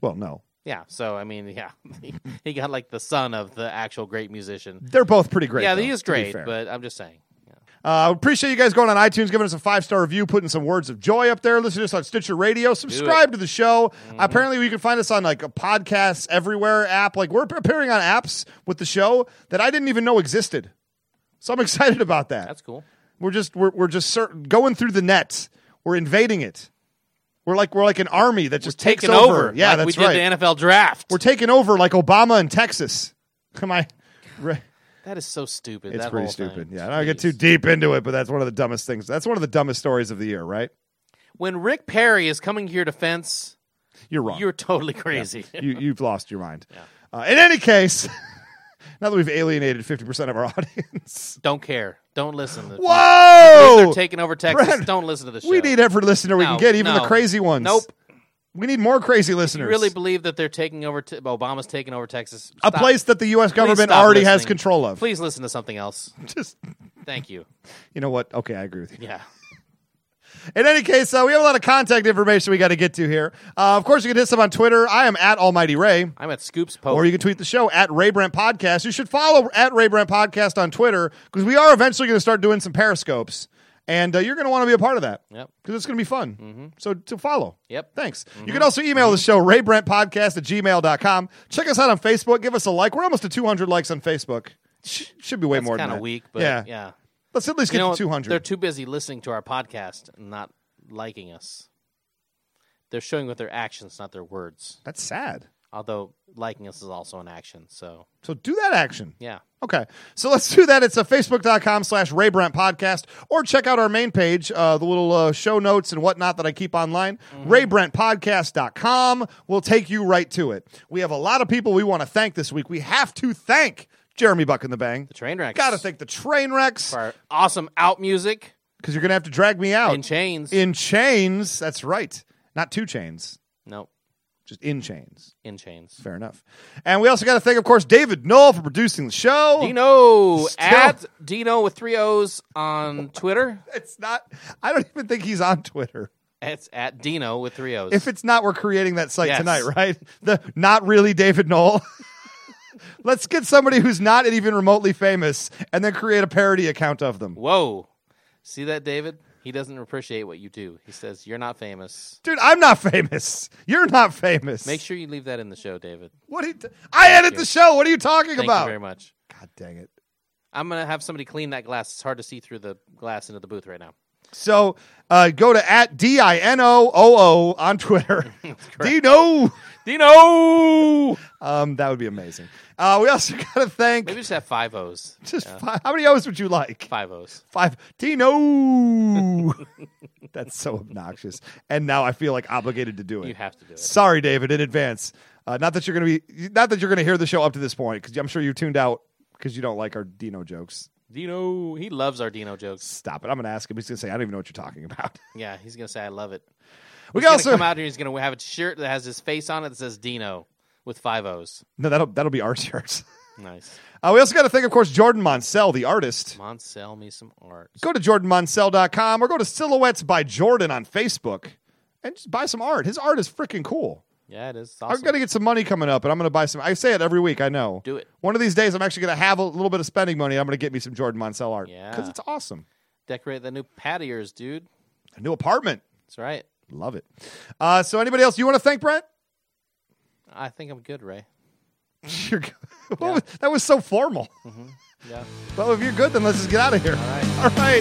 S1: Well, no,
S2: Yeah, so I mean, yeah, [laughs] he, he got like the son of the actual great musician.
S1: they're both pretty great.
S2: yeah,
S1: though,
S2: he is
S1: to be
S2: great,
S1: fair.
S2: but I'm just saying. Yeah.
S1: Uh, appreciate you guys going on iTunes, giving us a five star review, putting some words of joy up there. Listen to us on Stitcher Radio. Subscribe to the show.
S2: Mm-hmm.
S1: Apparently, you can find us on like a podcast everywhere app. Like we're appearing on apps with the show that I didn't even know existed. So I'm [laughs] excited about that.
S2: That's cool.
S1: we're just we're, we're just cer- going through the net. We're invading it. We're like we're like an army that just takes
S2: taking over.
S1: Yeah,
S2: like
S1: that's
S2: we did
S1: right.
S2: the NFL draft.
S1: we're taking over like Obama in Texas. [laughs] Am I? Right.
S2: that is so stupid.
S1: It's
S2: that
S1: pretty
S2: whole thing.
S1: stupid. Yeah, I don't get
S2: Jeez.
S1: too deep into it, but that's one of the dumbest things. That's one of the dumbest stories of the year, right?
S2: When Rick Perry is coming to your defense,
S1: You're wrong.
S2: you're totally crazy.
S1: [laughs]
S2: [laughs]
S1: you, you've lost your mind. Uh, in any case, [laughs] now that we've alienated 50% of our [laughs] audience,
S2: Don't care. Don't listen. To
S1: whoa!
S2: They're taking over Texas.
S1: Brad,
S2: Don't listen to the show.
S1: We need every listener we
S2: No,
S1: can get, even the
S2: no.
S1: crazy ones.
S2: Nope.
S1: We need more crazy
S2: You
S1: listeners.
S2: really believe that they're taking over? Te- Obama's taking over Texas.
S1: a
S2: Stop.
S1: place that the U.S.
S2: Please
S1: government
S2: stop
S1: already has
S2: listening.
S1: control of.
S2: Please listen to something else.
S1: [laughs] Just,
S2: Thank you.
S1: you know what? Okay, I agree with you.
S2: Yeah.
S1: In any case, uh, we have a lot of contact information we got to get to here. Uh, of course, you can hit us up on Twitter. I am at Almighty Ray.
S2: I'm at Scoops Pope.
S1: Or you can tweet the show at Ray Brent Podcast. You should follow at Ray Brent Podcast on Twitter because we are eventually going to start doing some periscopes, and uh, you're going to want to be a part of that.
S2: Yep. Mm-hmm.
S1: Because it's going to be fun. So to follow.
S2: Yep. Mm-hmm.
S1: Thanks. You can also email the show, raybrentpodcast at gmail.com. Check us out on Facebook. Give us a like. We're almost to 200 likes on Facebook. Sh- should be way
S2: That's
S1: more than
S2: kind
S1: that.
S2: of weak, but
S1: yeah.
S2: yeah.
S1: Let's at least
S2: You
S1: get
S2: know,
S1: to 200.
S2: they're too busy listening to our podcast and not liking us. They're showing with their actions, not their words.
S1: That's sad.
S2: Although liking us is also an action. So,
S1: So do that action.
S2: yeah.
S1: Okay, so let's do that. It's a facebook.com slash Ray Brent podcast, or check out our main page, uh, the little uh, show notes and whatnot that I keep online,
S2: Mm-hmm.
S1: raybrentpodcast.com will take you right to it. We have a lot of people we want to thank this week. We have to thank Jeremy Buck and the Bang. The
S2: train wrecks.
S1: Got to thank the train wrecks
S2: For our awesome out music
S1: because you're going to have to drag me out.
S2: in chains.
S1: In chains. That's right. Not two chains,
S2: no,
S1: just in chains.
S2: in chains.
S1: Fair enough. And we also got to thank, of course, David Knoll for producing the show.
S2: Dino
S1: Still-
S2: at Dino with three O's on Twitter.
S1: It's not. I don't even think he's on Twitter.
S2: It's at Dino with three O's.
S1: If it's not, we're creating that site
S2: Yes.
S1: tonight, right? The not really David Knoll. [laughs] Let's get somebody who's not even remotely famous, and then create a parody account of them.
S2: Whoa. See that, David? He doesn't appreciate what you do. He says, You're not famous.
S1: Dude, I'm not famous. You're not famous.
S2: Make sure you leave that in the show, David.
S1: What? Are you t- I edit the show. What are you talking
S2: Thank
S1: about?
S2: you very much.
S1: God dang it.
S2: I'm going to have somebody clean that glass. It's hard to see through the glass into the booth right now.
S1: So uh, go to at d i n o o o on
S2: [laughs]
S1: Twitter. Dino.
S2: Dino!
S1: Um, that would be amazing. Uh, we also [laughs] got to thank.
S2: Maybe just have five O's.
S1: [laughs] just fi- how many hours would you like?
S2: Five O's.
S1: Five
S2: [laughs]
S1: Dino. That's so obnoxious. And now I feel like obligated to do it.
S2: You have to do it.
S1: Sorry, David, in advance. Uh, not that you're gonna be. Not that you're gonna hear the show up to this point, because I'm sure you tuned out because you don't like our Dino jokes.
S2: Dino. He loves our Dino jokes.
S1: Stop it. I'm gonna ask him. He's gonna say, "I don't even know what you're talking about." [laughs]
S2: Yeah, he's going to say, I love it.
S1: We can
S2: He's going to
S1: also
S2: come out here. He's going to have a shirt that has his face on it that says Dino with five O's.
S1: no. That'll that'll be our shirts.
S2: Nice.
S1: [laughs] Uh, we also got to thank, of course, Jordan Monsell, the artist.
S2: Come on, sell me some art.
S1: Go to jordanmonsell.com or go to Silhouettes by Jordan on Facebook and just buy some art. His art is freaking cool.
S2: Yeah, it is.
S1: I'm gonna get some money coming up, and I'm gonna buy some. I say it every week. I know.
S2: Do it.
S1: One of these days, I'm actually gonna have a little bit of spending money. and I'm gonna get me some Jordan Monsell art.
S2: Yeah.
S1: because it's awesome.
S2: Decorate the new patios, dude.
S1: A new apartment.
S2: That's right.
S1: Love it. Uh, so, anybody else you want to thank, Brent?
S2: I think I'm good, Ray.
S1: [laughs] You're good. [laughs] What was- that was so formal.
S2: Mm-hmm.
S1: [laughs]
S2: Yeah.
S1: Well, if you're good, then let's just get out of here. All right.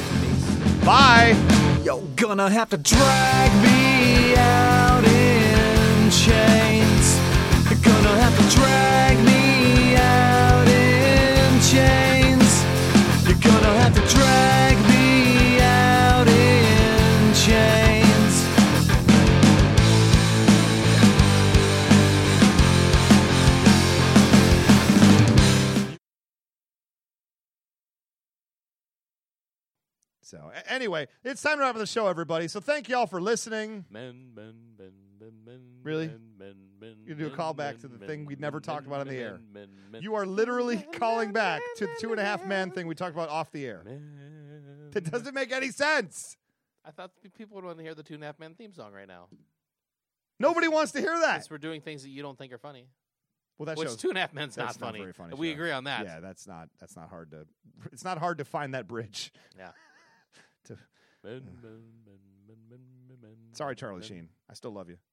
S1: [laughs] All right. Bye.
S7: You're gonna have to drag me out in chains. You're gonna have to drag me out in chains. You're gonna have to drag me out in chains.
S1: So, a- anyway, it's time to wrap up the show, everybody. So, thank y'all for listening.
S2: Men, men, men, men, men,
S1: Really?
S2: men, men, men,
S1: You do a
S2: men,
S1: callback to
S2: men,
S1: the
S2: men,
S1: thing we never
S2: men,
S1: talked
S2: men,
S1: about on the
S2: men,
S1: air.
S2: men, men,
S1: You are literally calling back to the two and a half man thing we talked about off the air.
S2: men.
S1: That doesn't make any sense.
S2: I thought the people would want to hear the two and a half man theme song right now.
S1: Nobody wants to hear that.
S2: Since we're doing things that you don't think are funny.
S1: Well, that
S2: Which
S1: shows
S2: two and a half men's
S1: that's
S2: not funny.
S1: very funny
S2: we
S1: show.
S2: agree on that.
S1: Yeah, that's not that's not hard to. It's not hard to find that bridge.
S2: Yeah.
S1: To-
S2: Men, men, men, men, men, men, men,
S1: Sorry, Charlie
S2: men.
S1: Sheen. I still love you.